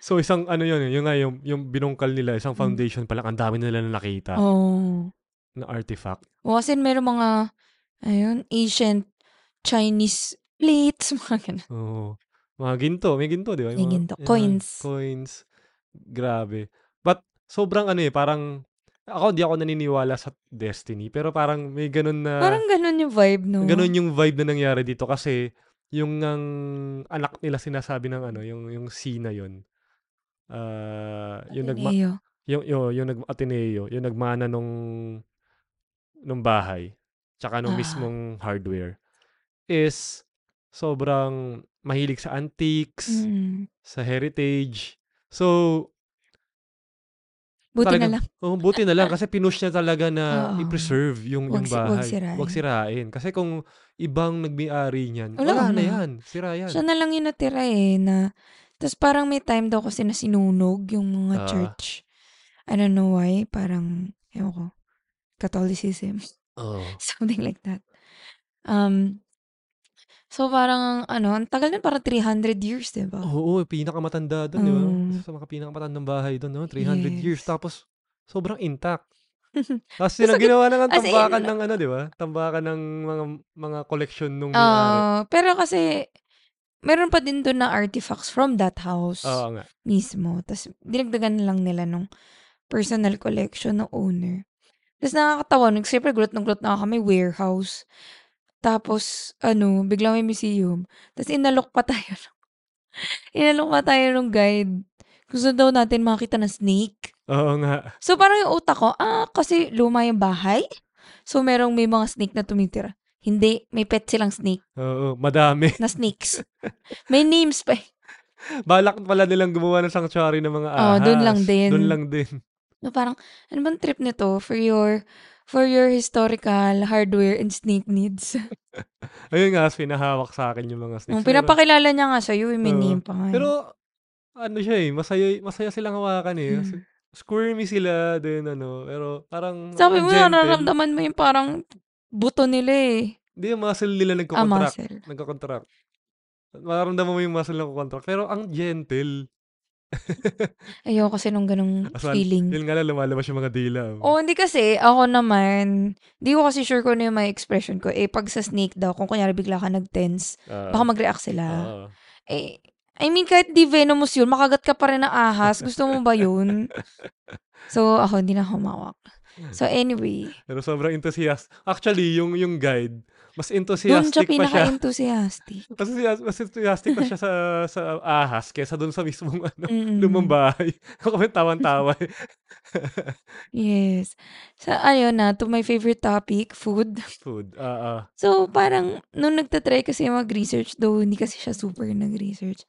[SPEAKER 2] So isang ano yun, yun nga yung, yung binungkal nila, isang
[SPEAKER 3] Mm.
[SPEAKER 2] foundation palang ang dami nila na nakita
[SPEAKER 3] Oh.
[SPEAKER 2] na artifact.
[SPEAKER 3] O, kasi meron mga, ayun, ancient Chinese plates, mga ganun.
[SPEAKER 2] Oo. Mga ginto, may ginto, di ba? Yung
[SPEAKER 3] May
[SPEAKER 2] mga-
[SPEAKER 3] ginto.
[SPEAKER 2] yung mga
[SPEAKER 3] Coins.
[SPEAKER 2] Coins. Grabe. But sobrang ano eh, parang ako di ako naniniwala sa destiny, pero parang may ganun na
[SPEAKER 3] Parang ganun yung vibe, no?
[SPEAKER 2] Ah. ganun yung vibe na nangyari dito kasi yung ang anak nila sinasabi ng ano, yung yung C na yun. Ah, yung nagma
[SPEAKER 3] Ateneo.
[SPEAKER 2] yung yung, yung nag Ateneo, yung nagmana nung nung bahay tsaka nung
[SPEAKER 3] Ah.
[SPEAKER 2] mismong hardware is sobrang mahilig sa antiques,
[SPEAKER 3] Mm.
[SPEAKER 2] sa heritage. So,
[SPEAKER 3] Buti
[SPEAKER 2] Talagang-
[SPEAKER 3] na lang.
[SPEAKER 2] oh, buti na lang kasi pinush niya talaga na
[SPEAKER 3] Oo.
[SPEAKER 2] i-preserve yung, yung
[SPEAKER 3] Wag si- wag
[SPEAKER 2] bahay.
[SPEAKER 3] sirain.
[SPEAKER 2] Wag sirain. Kasi kung ibang nagmi-ari niyan, wala,
[SPEAKER 3] Wala
[SPEAKER 2] na
[SPEAKER 3] na.
[SPEAKER 2] yan. Sira yan.
[SPEAKER 3] Siya na lang yung natira eh, na, tapos parang may time daw kasi na sinunog yung mga
[SPEAKER 2] Ah.
[SPEAKER 3] church. I don't know why, parang, ewan ko, Catholicism,
[SPEAKER 2] Oo.
[SPEAKER 3] something like that. Um, so parang, ano, ang tagal na parang 300 years, di ba?
[SPEAKER 2] Ah, Oo, eh, pinakamatanda doon, di ba?
[SPEAKER 3] Oo.
[SPEAKER 2] Isa Sa mga pinakamatandang bahay doon, no? 300 years.
[SPEAKER 3] Mm. Yes.
[SPEAKER 2] Tapos, sobrang intact. Tapos
[SPEAKER 3] As
[SPEAKER 2] sila
[SPEAKER 3] in-
[SPEAKER 2] ginawa na ng
[SPEAKER 3] as in-
[SPEAKER 2] tambakan ng ano, di ba? Tambakan ng mga mga collection nung may-ari.
[SPEAKER 3] Ah, pero kasi, meron pa din doon na artifacts from that house
[SPEAKER 2] Oo nga.
[SPEAKER 3] mismo. Tapos, dinagdagan na lang nila nung personal collection ng owner. Tapos nakakatawa, nung siyempre gulat ng gulat na ako, may warehouse. Tapos, ano, biglang may museum. Tapos inalok pa tayo. nung- inalok pa tayo ng guide. Gusto daw natin makita na snake.
[SPEAKER 2] Oo nga.
[SPEAKER 3] So parang yung utak ko, ah, kasi luma yung bahay. So merong may mga snake na tumitira. Hindi, may pet silang snake
[SPEAKER 2] Oo, madami.
[SPEAKER 3] na snakes. May names pa. eh.
[SPEAKER 2] Balak pala nilang gumawa ng sanctuary ng mga ahas.
[SPEAKER 3] Oo, doon lang din.
[SPEAKER 2] Doon lang din.
[SPEAKER 3] No, parang, ano bang trip nito for your for your historical hardware and snake needs?
[SPEAKER 2] Ayun nga, pinahawak sa akin yung mga snakes.
[SPEAKER 3] Nung
[SPEAKER 2] Pero-
[SPEAKER 3] pinapakilala niya nga sa'yo, yung may
[SPEAKER 2] Oo.
[SPEAKER 3] name pa nga. eh.
[SPEAKER 2] Pero, ano siya eh, masaya, masaya silang hawakan eh.
[SPEAKER 3] Mm.
[SPEAKER 2] Squirmy sila, din ano, pero parang
[SPEAKER 3] Sabi mo, ano,
[SPEAKER 2] gentle.
[SPEAKER 3] nararamdaman mo yung parang buto nila eh.
[SPEAKER 2] Hindi, yung muscle nila
[SPEAKER 3] Ah,
[SPEAKER 2] nagko-contract.
[SPEAKER 3] muscle.
[SPEAKER 2] Nagko-contract. Mararamdaman mo yung muscle nagko-contract. Pero ang gentle.
[SPEAKER 3] Ayaw kasi nung ganong
[SPEAKER 2] Asal,
[SPEAKER 3] feeling.
[SPEAKER 2] Yun nga lang, lumalabas yung mga dila. oh.
[SPEAKER 3] O, hindi kasi, ako naman, di ko kasi sure kung ano yung mga expression ko. Eh, pag sa snake daw, kung kunyari bigla ka nag-tense,
[SPEAKER 2] Ah,
[SPEAKER 3] baka mag-react sila.
[SPEAKER 2] ah.
[SPEAKER 3] Eh, I mean, kahit di venomous yun, makagat ka pa rin ng ahas. Gusto mo ba yun? So, ako, hindi na ako humawak. So, anyway,
[SPEAKER 2] Pero sobrang enthusiastic. Actually, yung yung guide, mas
[SPEAKER 3] doon siya
[SPEAKER 2] enthusiastic pa siya.
[SPEAKER 3] pinaka-enthusiastic.
[SPEAKER 2] Mas, enthusias- mas enthusiastic pa siya sa, sa ahas kesa doon sa mismong ano,
[SPEAKER 3] Mm-mm.
[SPEAKER 2] lumang bahay. Ako eh. kami tawan-tawa.
[SPEAKER 3] Yes. So, ayun na, to my favorite topic, food.
[SPEAKER 2] Food. Ah, ah.
[SPEAKER 3] So, parang, nung nagtatry kasi mag-research, though hindi kasi siya super nag-research,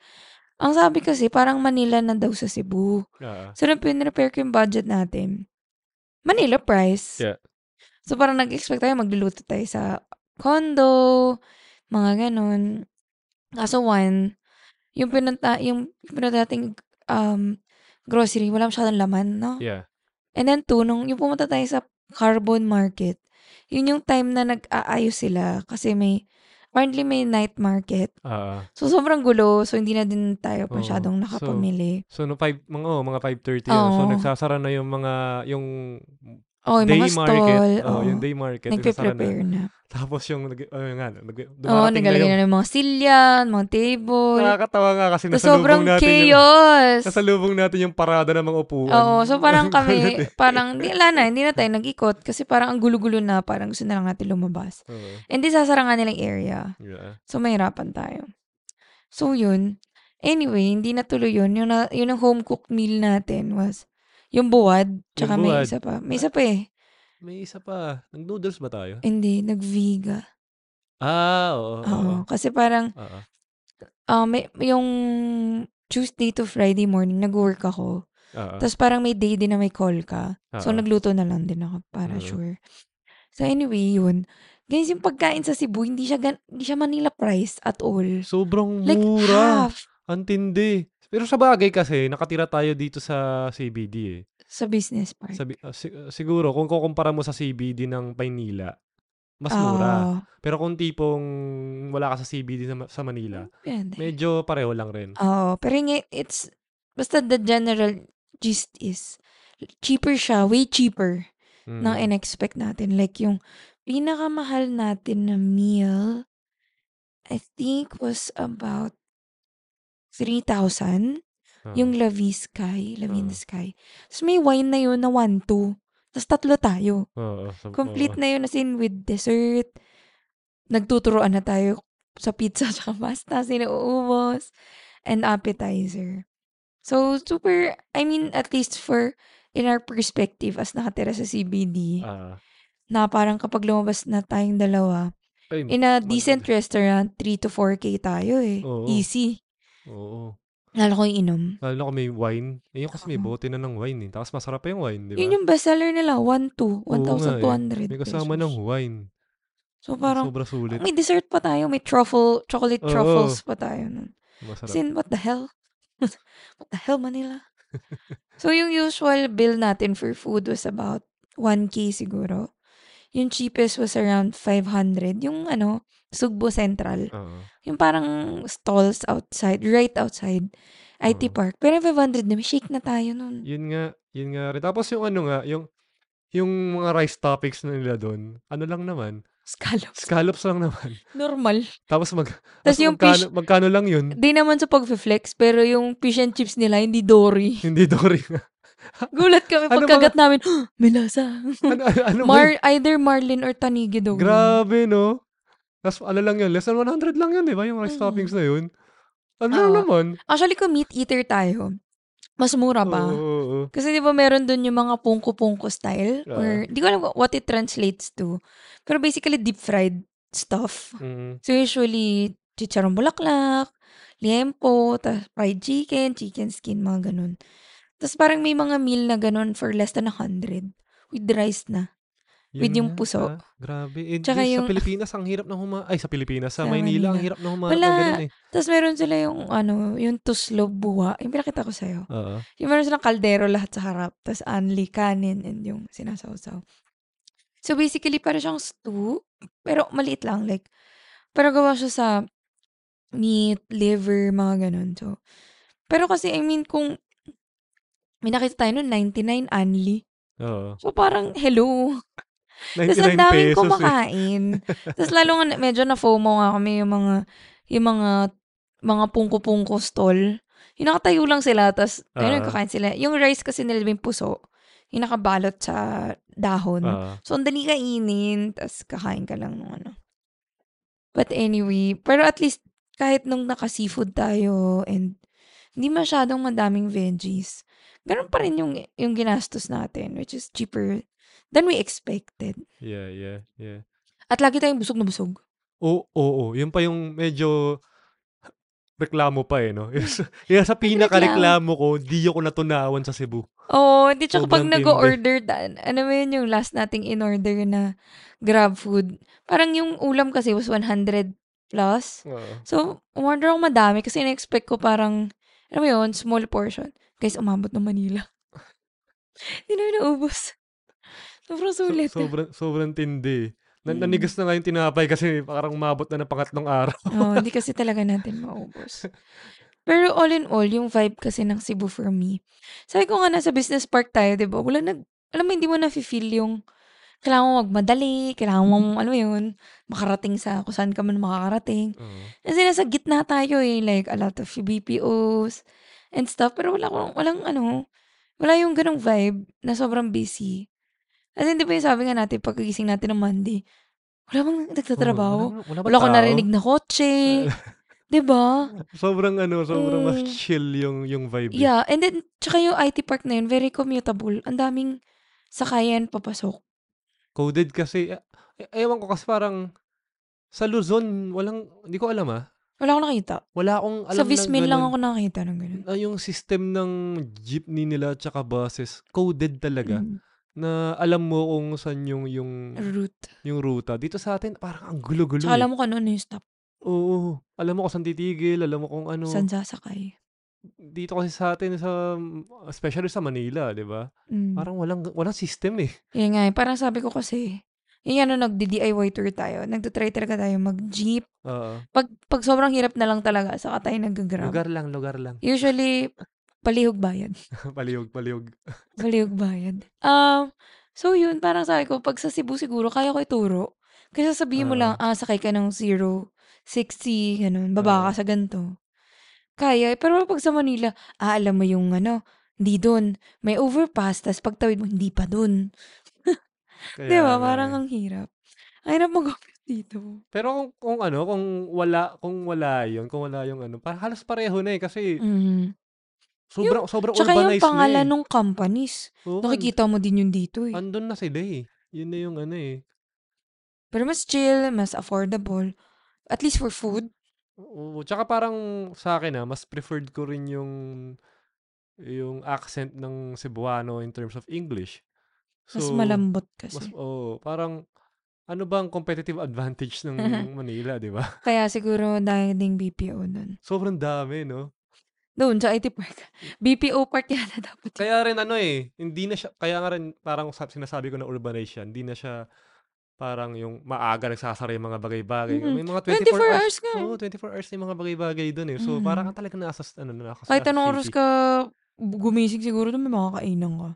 [SPEAKER 3] ang sabi kasi, parang Manila na daw sa Cebu.
[SPEAKER 2] ah, ah.
[SPEAKER 3] So, nung pinrepare ko yung budget natin, Manila price.
[SPEAKER 2] Yeah.
[SPEAKER 3] So, parang nag-expect tayo, magluluto tayo sa condo, mga ganun. Kaso one, yung pinunta, yung pinunta nating um, grocery, wala masyadong laman, no?
[SPEAKER 2] Yeah.
[SPEAKER 3] And then two, nung yung pumunta tayo sa carbon market, yun yung time na nag-aayos sila kasi may, apparently may night market.
[SPEAKER 2] Ah, ah.
[SPEAKER 3] So, sobrang gulo. So, hindi na din tayo
[SPEAKER 2] Oo.
[SPEAKER 3] masyadong nakapamili.
[SPEAKER 2] So, no, five, mga, oh, mga 5.30. yun. So,
[SPEAKER 3] Oo.
[SPEAKER 2] nagsasara na yung mga, yung
[SPEAKER 3] oh, yung
[SPEAKER 2] day
[SPEAKER 3] mga
[SPEAKER 2] market.
[SPEAKER 3] stall.
[SPEAKER 2] Oh,
[SPEAKER 3] Oh,
[SPEAKER 2] yung day market. Nagsasara na.
[SPEAKER 3] Nagpe-prepare na.
[SPEAKER 2] Tapos yung, nag, oh, yun nga, nag,
[SPEAKER 3] Oo, oh,
[SPEAKER 2] dumarating na
[SPEAKER 3] nagalagay
[SPEAKER 2] yung,
[SPEAKER 3] na ng mga silyan, mga table.
[SPEAKER 2] nakakatawa nga kasi nasa
[SPEAKER 3] So,
[SPEAKER 2] lubong
[SPEAKER 3] sobrang
[SPEAKER 2] natin yung,
[SPEAKER 3] chaos.
[SPEAKER 2] nasa lubong natin yung parada ng mga upuan.
[SPEAKER 3] Oo, so parang
[SPEAKER 2] Ang
[SPEAKER 3] kami,
[SPEAKER 2] kulit eh.
[SPEAKER 3] parang hindi wala na, hindi na tayo nag-ikot kasi parang ang gulo-gulo na, parang gusto na lang natin lumabas.
[SPEAKER 2] Oo.
[SPEAKER 3] And di sasara nga nilang area.
[SPEAKER 2] Yeah.
[SPEAKER 3] So, mahirapan tayo. So, yun. Anyway, hindi natuloy yun. Yung, na, yun ang home cooked meal natin was yung buwad, tsaka
[SPEAKER 2] Yung
[SPEAKER 3] may
[SPEAKER 2] buwad. Ah.
[SPEAKER 3] isa pa. May isa pa eh.
[SPEAKER 2] May isa pa. Nag-noodles ba tayo?
[SPEAKER 3] Hindi, nag-vega.
[SPEAKER 2] Ah, oo.
[SPEAKER 3] Oo, kasi parang
[SPEAKER 2] Oo.
[SPEAKER 3] ah, may, yung Tuesday to Friday morning, nag-work ako.
[SPEAKER 2] Oo.
[SPEAKER 3] Tapos parang may day din na may call ka. So,
[SPEAKER 2] Oo.
[SPEAKER 3] nagluto na lang din ako para
[SPEAKER 2] Ah, Mm.
[SPEAKER 3] sure. So anyway, yun. Guys, yung pagkain sa Cebu, hindi siya, gan- hindi siya Manila priced at all.
[SPEAKER 2] Sobrang
[SPEAKER 3] Like,
[SPEAKER 2] mura.
[SPEAKER 3] half
[SPEAKER 2] Ang tindi. Pero sa bagay kasi, nakatira tayo dito sa CBD eh.
[SPEAKER 3] sa business part.
[SPEAKER 2] Sabi, ah, si- ah, siguro, kung kukumpara mo sa CBD ng Paynila, mas
[SPEAKER 3] Ah,
[SPEAKER 2] mura.
[SPEAKER 3] Oo.
[SPEAKER 2] Pero kung tipong wala ka sa CBD sa, Ma- sa Manila,
[SPEAKER 3] Pwede.
[SPEAKER 2] medyo pareho lang rin.
[SPEAKER 3] Oo. Pero yung it's, basta the general gist is, cheaper siya, way cheaper
[SPEAKER 2] Mm.
[SPEAKER 3] ng in-expect natin. Like yung pinakamahal natin na meal, I think was about 3,000.
[SPEAKER 2] Ah.
[SPEAKER 3] Yung Laviskay,
[SPEAKER 2] Oo.
[SPEAKER 3] Lavinsky. Tapos may wine na yun na 1-2. Tapos tatlo tayo.
[SPEAKER 2] Oo, sab-
[SPEAKER 3] Complete
[SPEAKER 2] oo.
[SPEAKER 3] na yun, as in with dessert. Nagtuturoan na tayo sa pizza sa pasta, sinuubos, and appetizer. So, super, I mean, at least for, in our perspective as nakatira sa CBD,
[SPEAKER 2] Ah.
[SPEAKER 3] na parang kapag lumabas na tayong dalawa,
[SPEAKER 2] Ay,
[SPEAKER 3] in a
[SPEAKER 2] mag-
[SPEAKER 3] decent restaurant, 3 to 4K tayo eh.
[SPEAKER 2] Oo.
[SPEAKER 3] Easy.
[SPEAKER 2] Oo.
[SPEAKER 3] Lalo ko yung inom.
[SPEAKER 2] Lalo na kung may wine. Eh, yun kasi may
[SPEAKER 3] Oo.
[SPEAKER 2] bote na ng wine eh. Tapos masarap pa yung wine, di ba?
[SPEAKER 3] Yun yung bestseller nila, 1-2,
[SPEAKER 2] Oo nga eh.
[SPEAKER 3] 1,200
[SPEAKER 2] May kasama
[SPEAKER 3] pesos.
[SPEAKER 2] ng wine.
[SPEAKER 3] So, parang,
[SPEAKER 2] Sobra sulit.
[SPEAKER 3] may dessert pa tayo, may truffle, chocolate
[SPEAKER 2] Oo.
[SPEAKER 3] truffles pa tayo nun.
[SPEAKER 2] Masarap.
[SPEAKER 3] Sin, what the hell? what the hell, Manila? so, yung usual bill natin for food was about 1K siguro. Yung cheapest was around 500. Yung ano, Sugbo Central.
[SPEAKER 2] Oo.
[SPEAKER 3] Yung parang stalls outside, right outside IT
[SPEAKER 2] Oo.
[SPEAKER 3] Park. Pero 500 na, may shake na tayo nun.
[SPEAKER 2] Yun nga, yun nga rin. Tapos yung ano nga, yung yung mga rice topics na nila doon, ano lang naman,
[SPEAKER 3] Scallops.
[SPEAKER 2] scallops lang naman.
[SPEAKER 3] Normal.
[SPEAKER 2] Tapos mag
[SPEAKER 3] Tapos
[SPEAKER 2] tapos
[SPEAKER 3] yung
[SPEAKER 2] magkano,
[SPEAKER 3] fish,
[SPEAKER 2] magkano lang yun?
[SPEAKER 3] di naman sa pag-flex, pero yung fish and chips nila, hindi dory.
[SPEAKER 2] Hindi Dory.
[SPEAKER 3] Gulat kami
[SPEAKER 2] Ano
[SPEAKER 3] pagkagat namin, "Huh, may lasa.
[SPEAKER 2] ano, ano, ano ba yun?
[SPEAKER 3] Mar, either Marlin or Tanigi daw. yun.
[SPEAKER 2] Grabe, no? Tapos ano lang yun, less than 100 lang yun, di ba? Yung rice
[SPEAKER 3] Mm.
[SPEAKER 2] toppings na yun. Ano lang
[SPEAKER 3] Oo.
[SPEAKER 2] naman?
[SPEAKER 3] Actually, kung meat eater tayo, mas mura
[SPEAKER 2] Oo,
[SPEAKER 3] pa.
[SPEAKER 2] oo, oo.
[SPEAKER 3] Kasi di ba meron dun yung mga pungko-pungko style?
[SPEAKER 2] Oo.
[SPEAKER 3] Or, di ko alam what it translates to. Pero basically, deep fried stuff.
[SPEAKER 2] Mm.
[SPEAKER 3] So usually, chicharong bulaklak, liempo, tas fried chicken, chicken skin, mga ganun. Tapos parang may mga meal na ganun for less than 100. With rice na. With
[SPEAKER 2] Yun
[SPEAKER 3] yung
[SPEAKER 2] nga,
[SPEAKER 3] puso.
[SPEAKER 2] ah, grabe. Eh,
[SPEAKER 3] Tsaka
[SPEAKER 2] di,
[SPEAKER 3] yung-
[SPEAKER 2] sa Pilipinas, ang hirap na huma... Ay, sa Pilipinas. Sa,
[SPEAKER 3] Sa
[SPEAKER 2] Maynila, ang
[SPEAKER 3] Manila.
[SPEAKER 2] hirap na humanap
[SPEAKER 3] Wala.
[SPEAKER 2] ng ganun eh.
[SPEAKER 3] Tapos meron sila yung, ano, yung tuslo buwa. Yung pinakita ko sa'yo.
[SPEAKER 2] Oo.
[SPEAKER 3] Yung meron silang kaldero lahat sa harap. Tapos anli, kanin, and yung sinasawsaw. So basically, parang siyang stew. Pero maliit lang. Like, pero gawa siya sa meat, liver, mga ganun. So, pero kasi, I mean, kung may nakita tayo noon, 99 anli.
[SPEAKER 2] Oo.
[SPEAKER 3] So parang, hello.
[SPEAKER 2] 99
[SPEAKER 3] Tapos ang daming
[SPEAKER 2] pesos eh.
[SPEAKER 3] kumakain. Tapos lalo nga, na- medyo na-FOMO nga kami yung mga, yung mga, mga pungko-pungko stall. Yung nakatayo lang sila, tapos,
[SPEAKER 2] Ah.
[SPEAKER 3] ayun, kakain sila. Yung rice kasi nila yung puso, yung nakabalot sa dahon.
[SPEAKER 2] Ah,
[SPEAKER 3] So, ang dali kainin, tapos kakain ka lang nung ano. But anyway, pero at least, kahit nung naka-seafood tayo and hindi masyadong madaming veggies, ganun pa rin yung, yung ginastos natin, which is cheaper than we expected.
[SPEAKER 2] yeah, yeah, yeah.
[SPEAKER 3] At lagi tayong busog na busog.
[SPEAKER 2] Oo, oo, oo. Yun pa yung medyo reklamo pa eh, no? Yung sa- yung sa pinaka-reklamo ko, di ako natunawan sa Cebu.
[SPEAKER 3] Oo, oh, di tsaka pag
[SPEAKER 2] Sobrang tindi.
[SPEAKER 3] nag-order, ano mo yun yung last nating in-order na grab food. Parang yung ulam kasi was 100 plus.
[SPEAKER 2] Oo.
[SPEAKER 3] So, umorder ako madami kasi in-expect ko parang, ano mo yun, small portion. Guys, umabot ng Manila. Hindi na yun naubos. Sobrang
[SPEAKER 2] So-
[SPEAKER 3] sulit.
[SPEAKER 2] sobrang, sobrang tindi. Na,
[SPEAKER 3] Mm.
[SPEAKER 2] Nanigas na nga yung tinapay kasi parang umabot na ng pangatlong araw.
[SPEAKER 3] Oo, hindi kasi talaga natin maubos. Pero all in all, yung vibe kasi ng Cebu for me. Sabi ko nga, nasa business park tayo, di ba? Wala nag... Alam mo, hindi mo na-feel yung kailangan mo magmadali, kailangan mo,
[SPEAKER 2] Mm.
[SPEAKER 3] alam mo yun, makarating sa kung saan ka man makakarating.
[SPEAKER 2] Oo.
[SPEAKER 3] Kasi nasa gitna tayo eh, like a lot of BPOs and stuff. Pero wala, akong- walang ano, wala yung ganong vibe na sobrang busy. As in, di ba yung sabi nga natin, pagkagising natin ng Monday, wala bang nagtatrabaho?
[SPEAKER 2] Oo, wala,
[SPEAKER 3] Wala akong
[SPEAKER 2] tao?
[SPEAKER 3] narinig na kotse. di ba?
[SPEAKER 2] Sobrang ano, sobrang mas
[SPEAKER 3] Mm.
[SPEAKER 2] chill yung, yung vibe. eh.
[SPEAKER 3] Yeah, and then, tsaka yung IT park na yun, very commutable. Ang daming sakayan papasok.
[SPEAKER 2] Coded kasi. eh, eh, Ewan ko kasi parang sa Luzon, walang, hindi ko alam ah.
[SPEAKER 3] Wala akong nakita.
[SPEAKER 2] Wala akong alam
[SPEAKER 3] Sa
[SPEAKER 2] ng
[SPEAKER 3] Vismin lang
[SPEAKER 2] ganun.
[SPEAKER 3] ako nakakita ng ganun.
[SPEAKER 2] Ah, yung system ng jeepney nila tsaka buses, coded talaga.
[SPEAKER 3] Mm.
[SPEAKER 2] na alam mo kung saan yung yung
[SPEAKER 3] Route.
[SPEAKER 2] yung ruta. Dito sa atin parang ang gulo-gulo.
[SPEAKER 3] Tsaka
[SPEAKER 2] eh.
[SPEAKER 3] alam mo kung ano yung stop.
[SPEAKER 2] Oo. Alam mo kung saan titigil, alam mo kung ano.
[SPEAKER 3] Saan sasakay.
[SPEAKER 2] Dito kasi sa atin sa especially sa Manila, 'di ba?
[SPEAKER 3] Mm.
[SPEAKER 2] Parang walang walang system eh.
[SPEAKER 3] Yun nga eh. Parang sabi ko kasi, yun ano, nagdi-DIY tour tayo. Nagtutry talaga tayo mag-jeep.
[SPEAKER 2] Oo.
[SPEAKER 3] Pag, pag sobrang hirap na lang talaga, saka tayo nag-grab.
[SPEAKER 2] lugar lang, lugar lang.
[SPEAKER 3] Usually, palihog bayad.
[SPEAKER 2] paliyog, paliyog.
[SPEAKER 3] Baliwag bayad. Um, so yun, parang sabi ko, pag sa Cebu siguro, kaya ko ituro. Kasi sabihin mo
[SPEAKER 2] Oo.
[SPEAKER 3] lang, ah, sakay ka ng 0, 60, ganun,
[SPEAKER 2] Ah.
[SPEAKER 3] baba ka sa ganito. Kaya, eh, pero pag sa Manila, ah, alam mo yung ano, hindi doon. May overpass, tas pagtawid mo, hindi pa doon.
[SPEAKER 2] Kaya
[SPEAKER 3] Di ba?
[SPEAKER 2] nga
[SPEAKER 3] Parang
[SPEAKER 2] eh.
[SPEAKER 3] ang hirap. Ang hirap mag dito.
[SPEAKER 2] Pero kung, kung ano, kung wala, kung wala yun, kung wala yung ano, parang halos pareho na eh. Kasi
[SPEAKER 3] Mm.
[SPEAKER 2] sobrang, sobrang
[SPEAKER 3] Tsaka yung
[SPEAKER 2] urbanized
[SPEAKER 3] pangalan
[SPEAKER 2] na eh.
[SPEAKER 3] ng companies.
[SPEAKER 2] Oo,
[SPEAKER 3] Nakikita mo din yun dito eh.
[SPEAKER 2] Andun na sila eh. Yun na yung ano eh.
[SPEAKER 3] Pero mas chill, mas affordable. At least for food.
[SPEAKER 2] Oo. Tsaka parang sa akin ah, mas preferred ko rin yung yung accent ng Cebuano in terms of English.
[SPEAKER 3] Mas
[SPEAKER 2] So,
[SPEAKER 3] malambot kasi.
[SPEAKER 2] Mas, oh, parang ano bang competitive advantage ng Manila, di ba?
[SPEAKER 3] Kaya siguro dahil ding BPO nun.
[SPEAKER 2] Sobrang dami, no?
[SPEAKER 3] Doon sa IT Park. BPO Park yata dapat. yun.
[SPEAKER 2] Kaya rin ano eh, hindi na siya, kaya nga rin parang sa- sinasabi ko na urbanized siya, hindi na siya parang yung maaga nagsasara yung mga bagay-bagay.
[SPEAKER 3] Mm.
[SPEAKER 2] May mga 24,
[SPEAKER 3] 24
[SPEAKER 2] hours.
[SPEAKER 3] hours nga.
[SPEAKER 2] Oo, 24 hours na yung mga bagay-bagay doon eh. So,
[SPEAKER 3] Mm.
[SPEAKER 2] parang talaga nasa, ano, na nasa
[SPEAKER 3] Kahit anong oras
[SPEAKER 2] city.
[SPEAKER 3] ka gumising siguro doon, may makakainan ka.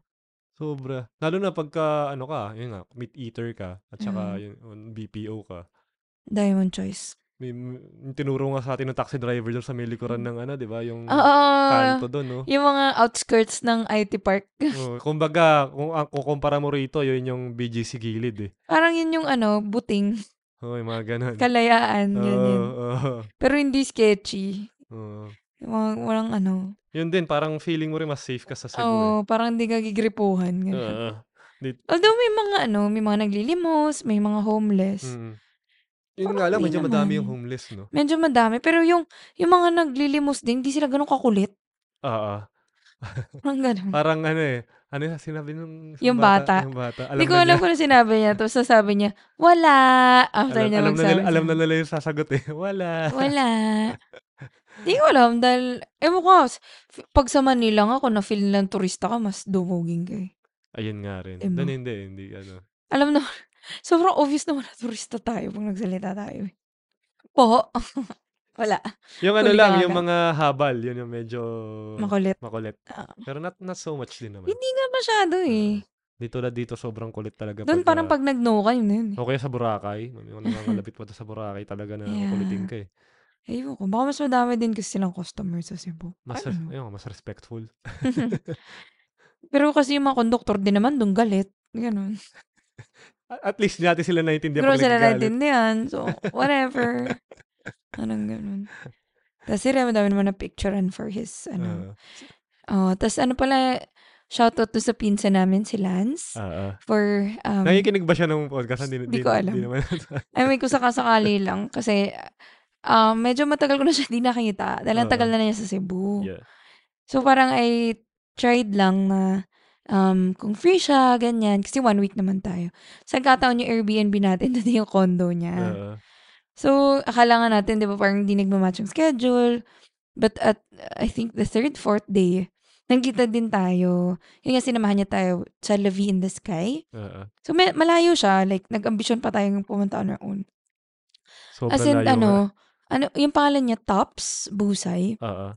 [SPEAKER 2] Sobra. Lalo na pagka, ano ka, yun nga, meat eater ka, at saka
[SPEAKER 3] Mm.
[SPEAKER 2] yun, yun, BPO ka.
[SPEAKER 3] Diamond choice.
[SPEAKER 2] May, yung tinuro nga sa atin ng taxi driver doon sa may likuran ng ano, di ba? Yung
[SPEAKER 3] Mm-hmm. Oo.
[SPEAKER 2] kanto doon, no?
[SPEAKER 3] Ah, yung mga outskirts ng IT Park.
[SPEAKER 2] Oh, kumbaga, kung ang kukumpara mo rito, yun yung BGC gilid eh.
[SPEAKER 3] Parang yun yung ano, buting,
[SPEAKER 2] Oo, yung mga ganun.
[SPEAKER 3] kalayaan, ganyan.
[SPEAKER 2] Oo, oo,
[SPEAKER 3] Pero hindi sketchy.
[SPEAKER 2] oo.
[SPEAKER 3] Walang, walang ano.
[SPEAKER 2] Yun din, parang feeling mo rin mas safe ka sa Cebu eh.
[SPEAKER 3] Oo, parang hindi ka gigripuhan. ganun.
[SPEAKER 2] Oo.
[SPEAKER 3] Although may mga ano, may mga naglilimos, may mga homeless.
[SPEAKER 2] Mm. Yun
[SPEAKER 3] Parang
[SPEAKER 2] nga lang,
[SPEAKER 3] hindi
[SPEAKER 2] medyo
[SPEAKER 3] naman.
[SPEAKER 2] madami yung homeless, no?
[SPEAKER 3] Medyo madami. Pero yung, yung mga naglilimos din, hindi sila ganun kakulit.
[SPEAKER 2] Oo.
[SPEAKER 3] Parang ganun.
[SPEAKER 2] Parang ano eh, ano yung sinabi nung isang
[SPEAKER 3] Yung bata.
[SPEAKER 2] Yung bata. Alam
[SPEAKER 3] Hindi ko
[SPEAKER 2] na
[SPEAKER 3] alam
[SPEAKER 2] niya.
[SPEAKER 3] kung ano sinabi niya. Tapos sasabi niya, wala. After
[SPEAKER 2] Alam,
[SPEAKER 3] niya
[SPEAKER 2] alam na
[SPEAKER 3] magsabi.
[SPEAKER 2] nila, alam na nila yung sasagot eh. Wala.
[SPEAKER 3] Wala. Hindi ko alam dahil, ewan ko, nga, s- f- pag sa Manila nga, kung na-feel lang turista ka, mas dumuging ka eh.
[SPEAKER 2] Ayun nga rin.
[SPEAKER 3] Emo.
[SPEAKER 2] Doon hindi, hindi. Ano.
[SPEAKER 3] Alam na, sobrang obvious naman na turista tayo pag nagsalita tayo eh. Po. wala.
[SPEAKER 2] Yung ano
[SPEAKER 3] Huli ka
[SPEAKER 2] lang,
[SPEAKER 3] nga
[SPEAKER 2] yung
[SPEAKER 3] lang.
[SPEAKER 2] mga habal, yun yung medyo
[SPEAKER 3] Makulit.
[SPEAKER 2] makulit.
[SPEAKER 3] Ah,
[SPEAKER 2] Pero not, not so much din naman.
[SPEAKER 3] hindi nga masyado
[SPEAKER 2] Hmm,
[SPEAKER 3] eh.
[SPEAKER 2] Dito na dito, sobrang kulit talaga.
[SPEAKER 3] Doon parang
[SPEAKER 2] ah,
[SPEAKER 3] pag nag-no ka, yun na yun eh.
[SPEAKER 2] O kaya sa Boracay. May mga nangangalapit pa to sa Boracay talaga na
[SPEAKER 3] Yeah.
[SPEAKER 2] kukulitin ka eh.
[SPEAKER 3] Ayun ko. Baka mas madami din kasi silang customer sa Cebu.
[SPEAKER 2] Mas,
[SPEAKER 3] Ano?
[SPEAKER 2] ayun, mas respectful.
[SPEAKER 3] Pero kasi yung mga conductor din naman, doon galit. Ganun.
[SPEAKER 2] A- At least di natin sila naiintindihan
[SPEAKER 3] Siguro
[SPEAKER 2] pag
[SPEAKER 3] sila
[SPEAKER 2] nagagalit.
[SPEAKER 3] naiintindihan. So, whatever. Anong ganun. Tapos si Rem, dami naman na picturean for his,
[SPEAKER 2] Ah,
[SPEAKER 3] ano.
[SPEAKER 2] Oo. Ah.
[SPEAKER 3] oh, tapos ano pala, shoutout to sa pinsa namin, si Lance.
[SPEAKER 2] Oo.
[SPEAKER 3] for,
[SPEAKER 2] ah,
[SPEAKER 3] um,
[SPEAKER 2] Nakikinig ba siya ng podcast? Hindi,
[SPEAKER 3] Di ko alam. Ah.
[SPEAKER 2] Di naman.
[SPEAKER 3] I mean, kung sakasakali lang. Kasi, um, medyo matagal ko na siya di nakita. Dahil ang
[SPEAKER 2] Oo.
[SPEAKER 3] tagal na niya sa Cebu.
[SPEAKER 2] yeah.
[SPEAKER 3] So, parang I tried lang na um, kung free siya, ganyan. Kasi one week naman tayo. Sa kataon yung Airbnb natin, doon yung condo niya.
[SPEAKER 2] Oo.
[SPEAKER 3] So, akala nga natin, di ba, parang hindi nagmamatch yung schedule. But at, uh, I think, the third, fourth day, nagkita din tayo. Yung nga, sinamahan niya tayo sa La Vie in the Sky.
[SPEAKER 2] Oo.
[SPEAKER 3] So, may, malayo siya. Like, nag-ambisyon pa tayong pumunta on our own.
[SPEAKER 2] Sobrang
[SPEAKER 3] As in,
[SPEAKER 2] layo eh. nga. Ah,
[SPEAKER 3] ano, ano, yung pangalan niya, Tops Busay.
[SPEAKER 2] Oo.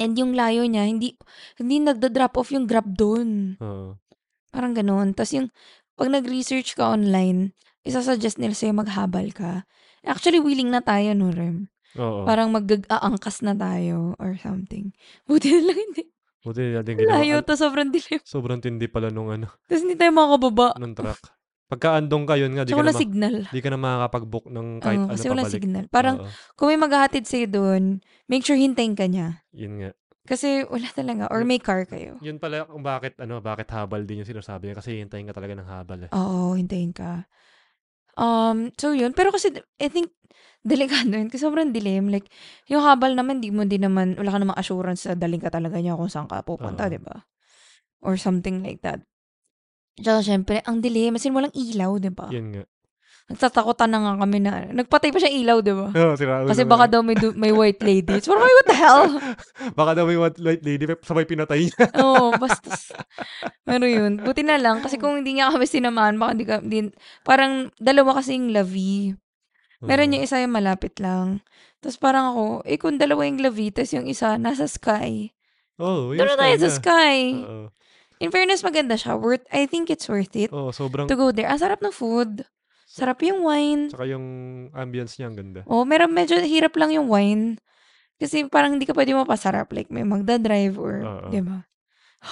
[SPEAKER 3] And yung layo niya, hindi, hindi nagda-drop off yung grab doon.
[SPEAKER 2] Oo.
[SPEAKER 3] Parang ganun. Tapos yung, pag nag-research ka online, isasuggest nila sa'yo maghabal ka. Actually, willing na tayo, no, Rem?
[SPEAKER 2] Oo.
[SPEAKER 3] Parang mag-aangkas na tayo or something. Buti na lang hindi.
[SPEAKER 2] Buti na natin ginawa.
[SPEAKER 3] Layo
[SPEAKER 2] Al-
[SPEAKER 3] to, sobrang dilim.
[SPEAKER 2] Sobrang tindi pala nung ano,
[SPEAKER 3] Tapos hindi tayo makakababa.
[SPEAKER 2] nung truck. Pagka andong ka, yun nga, di
[SPEAKER 3] Tsaka
[SPEAKER 2] ka, na
[SPEAKER 3] walang
[SPEAKER 2] ma-
[SPEAKER 3] signal.
[SPEAKER 2] di ka na makakapag-book ng kahit
[SPEAKER 3] Oo,
[SPEAKER 2] ano
[SPEAKER 3] kasi walang
[SPEAKER 2] pabalik.
[SPEAKER 3] signal. Parang
[SPEAKER 2] Oo.
[SPEAKER 3] kung may maghahatid sa'yo doon, make sure hintayin ka niya.
[SPEAKER 2] Yun nga.
[SPEAKER 3] Kasi wala talaga. Or may car kayo.
[SPEAKER 2] Yun pala kung bakit, ano, bakit habal din yung sinasabi niya. Kasi hintayin ka talaga ng habal eh.
[SPEAKER 3] Oo, hintayin ka. Um, so yun. Pero kasi, I think, delikado yun. Kasi sobrang dilim. Like, yung habal naman, di mo din naman, wala ka namang assurance na daling ka talaga niya kung saan ka pupunta,
[SPEAKER 2] Oo.
[SPEAKER 3] di ba? Or something like that. Tsaka syempre, ang dilim. As in, walang ilaw, di ba?
[SPEAKER 2] Yan nga.
[SPEAKER 3] Nagtatakutan na nga kami na, nagpatay pa siya ilaw, di ba?
[SPEAKER 2] Oo, sira ulo
[SPEAKER 3] Kasi
[SPEAKER 2] na
[SPEAKER 3] baka
[SPEAKER 2] yan.
[SPEAKER 3] daw may, du- may white lady. So, parang, "Ay, what the hell?
[SPEAKER 2] baka daw may white white lady sabay pinatay niya.
[SPEAKER 3] Oo, bastos. Ano yun? Buti na lang. Kasi kung hindi niya kami sinamaan, baka di, ka, di parang dalawa kasing lavi.
[SPEAKER 2] Mm-hmm.
[SPEAKER 3] Meron yung isa yung malapit lang. Tapos parang ako, eh kung dalawa yung lavi, tapos yung isa nasa sky.
[SPEAKER 2] Oh, yun.
[SPEAKER 3] Doon na tayo sa sky.
[SPEAKER 2] Oo.
[SPEAKER 3] In fairness, maganda siya. Worth, I think it's worth it
[SPEAKER 2] Oo, sobrang
[SPEAKER 3] to go there. Ang sarap ng food. Sarap yung wine.
[SPEAKER 2] Tsaka yung ambience niya ang ganda.
[SPEAKER 3] Oh, meron medyo hirap lang yung wine. Kasi parang hindi ka pwede mapasarap. Like, may magdadrive or,
[SPEAKER 2] Oo.
[SPEAKER 3] di ba?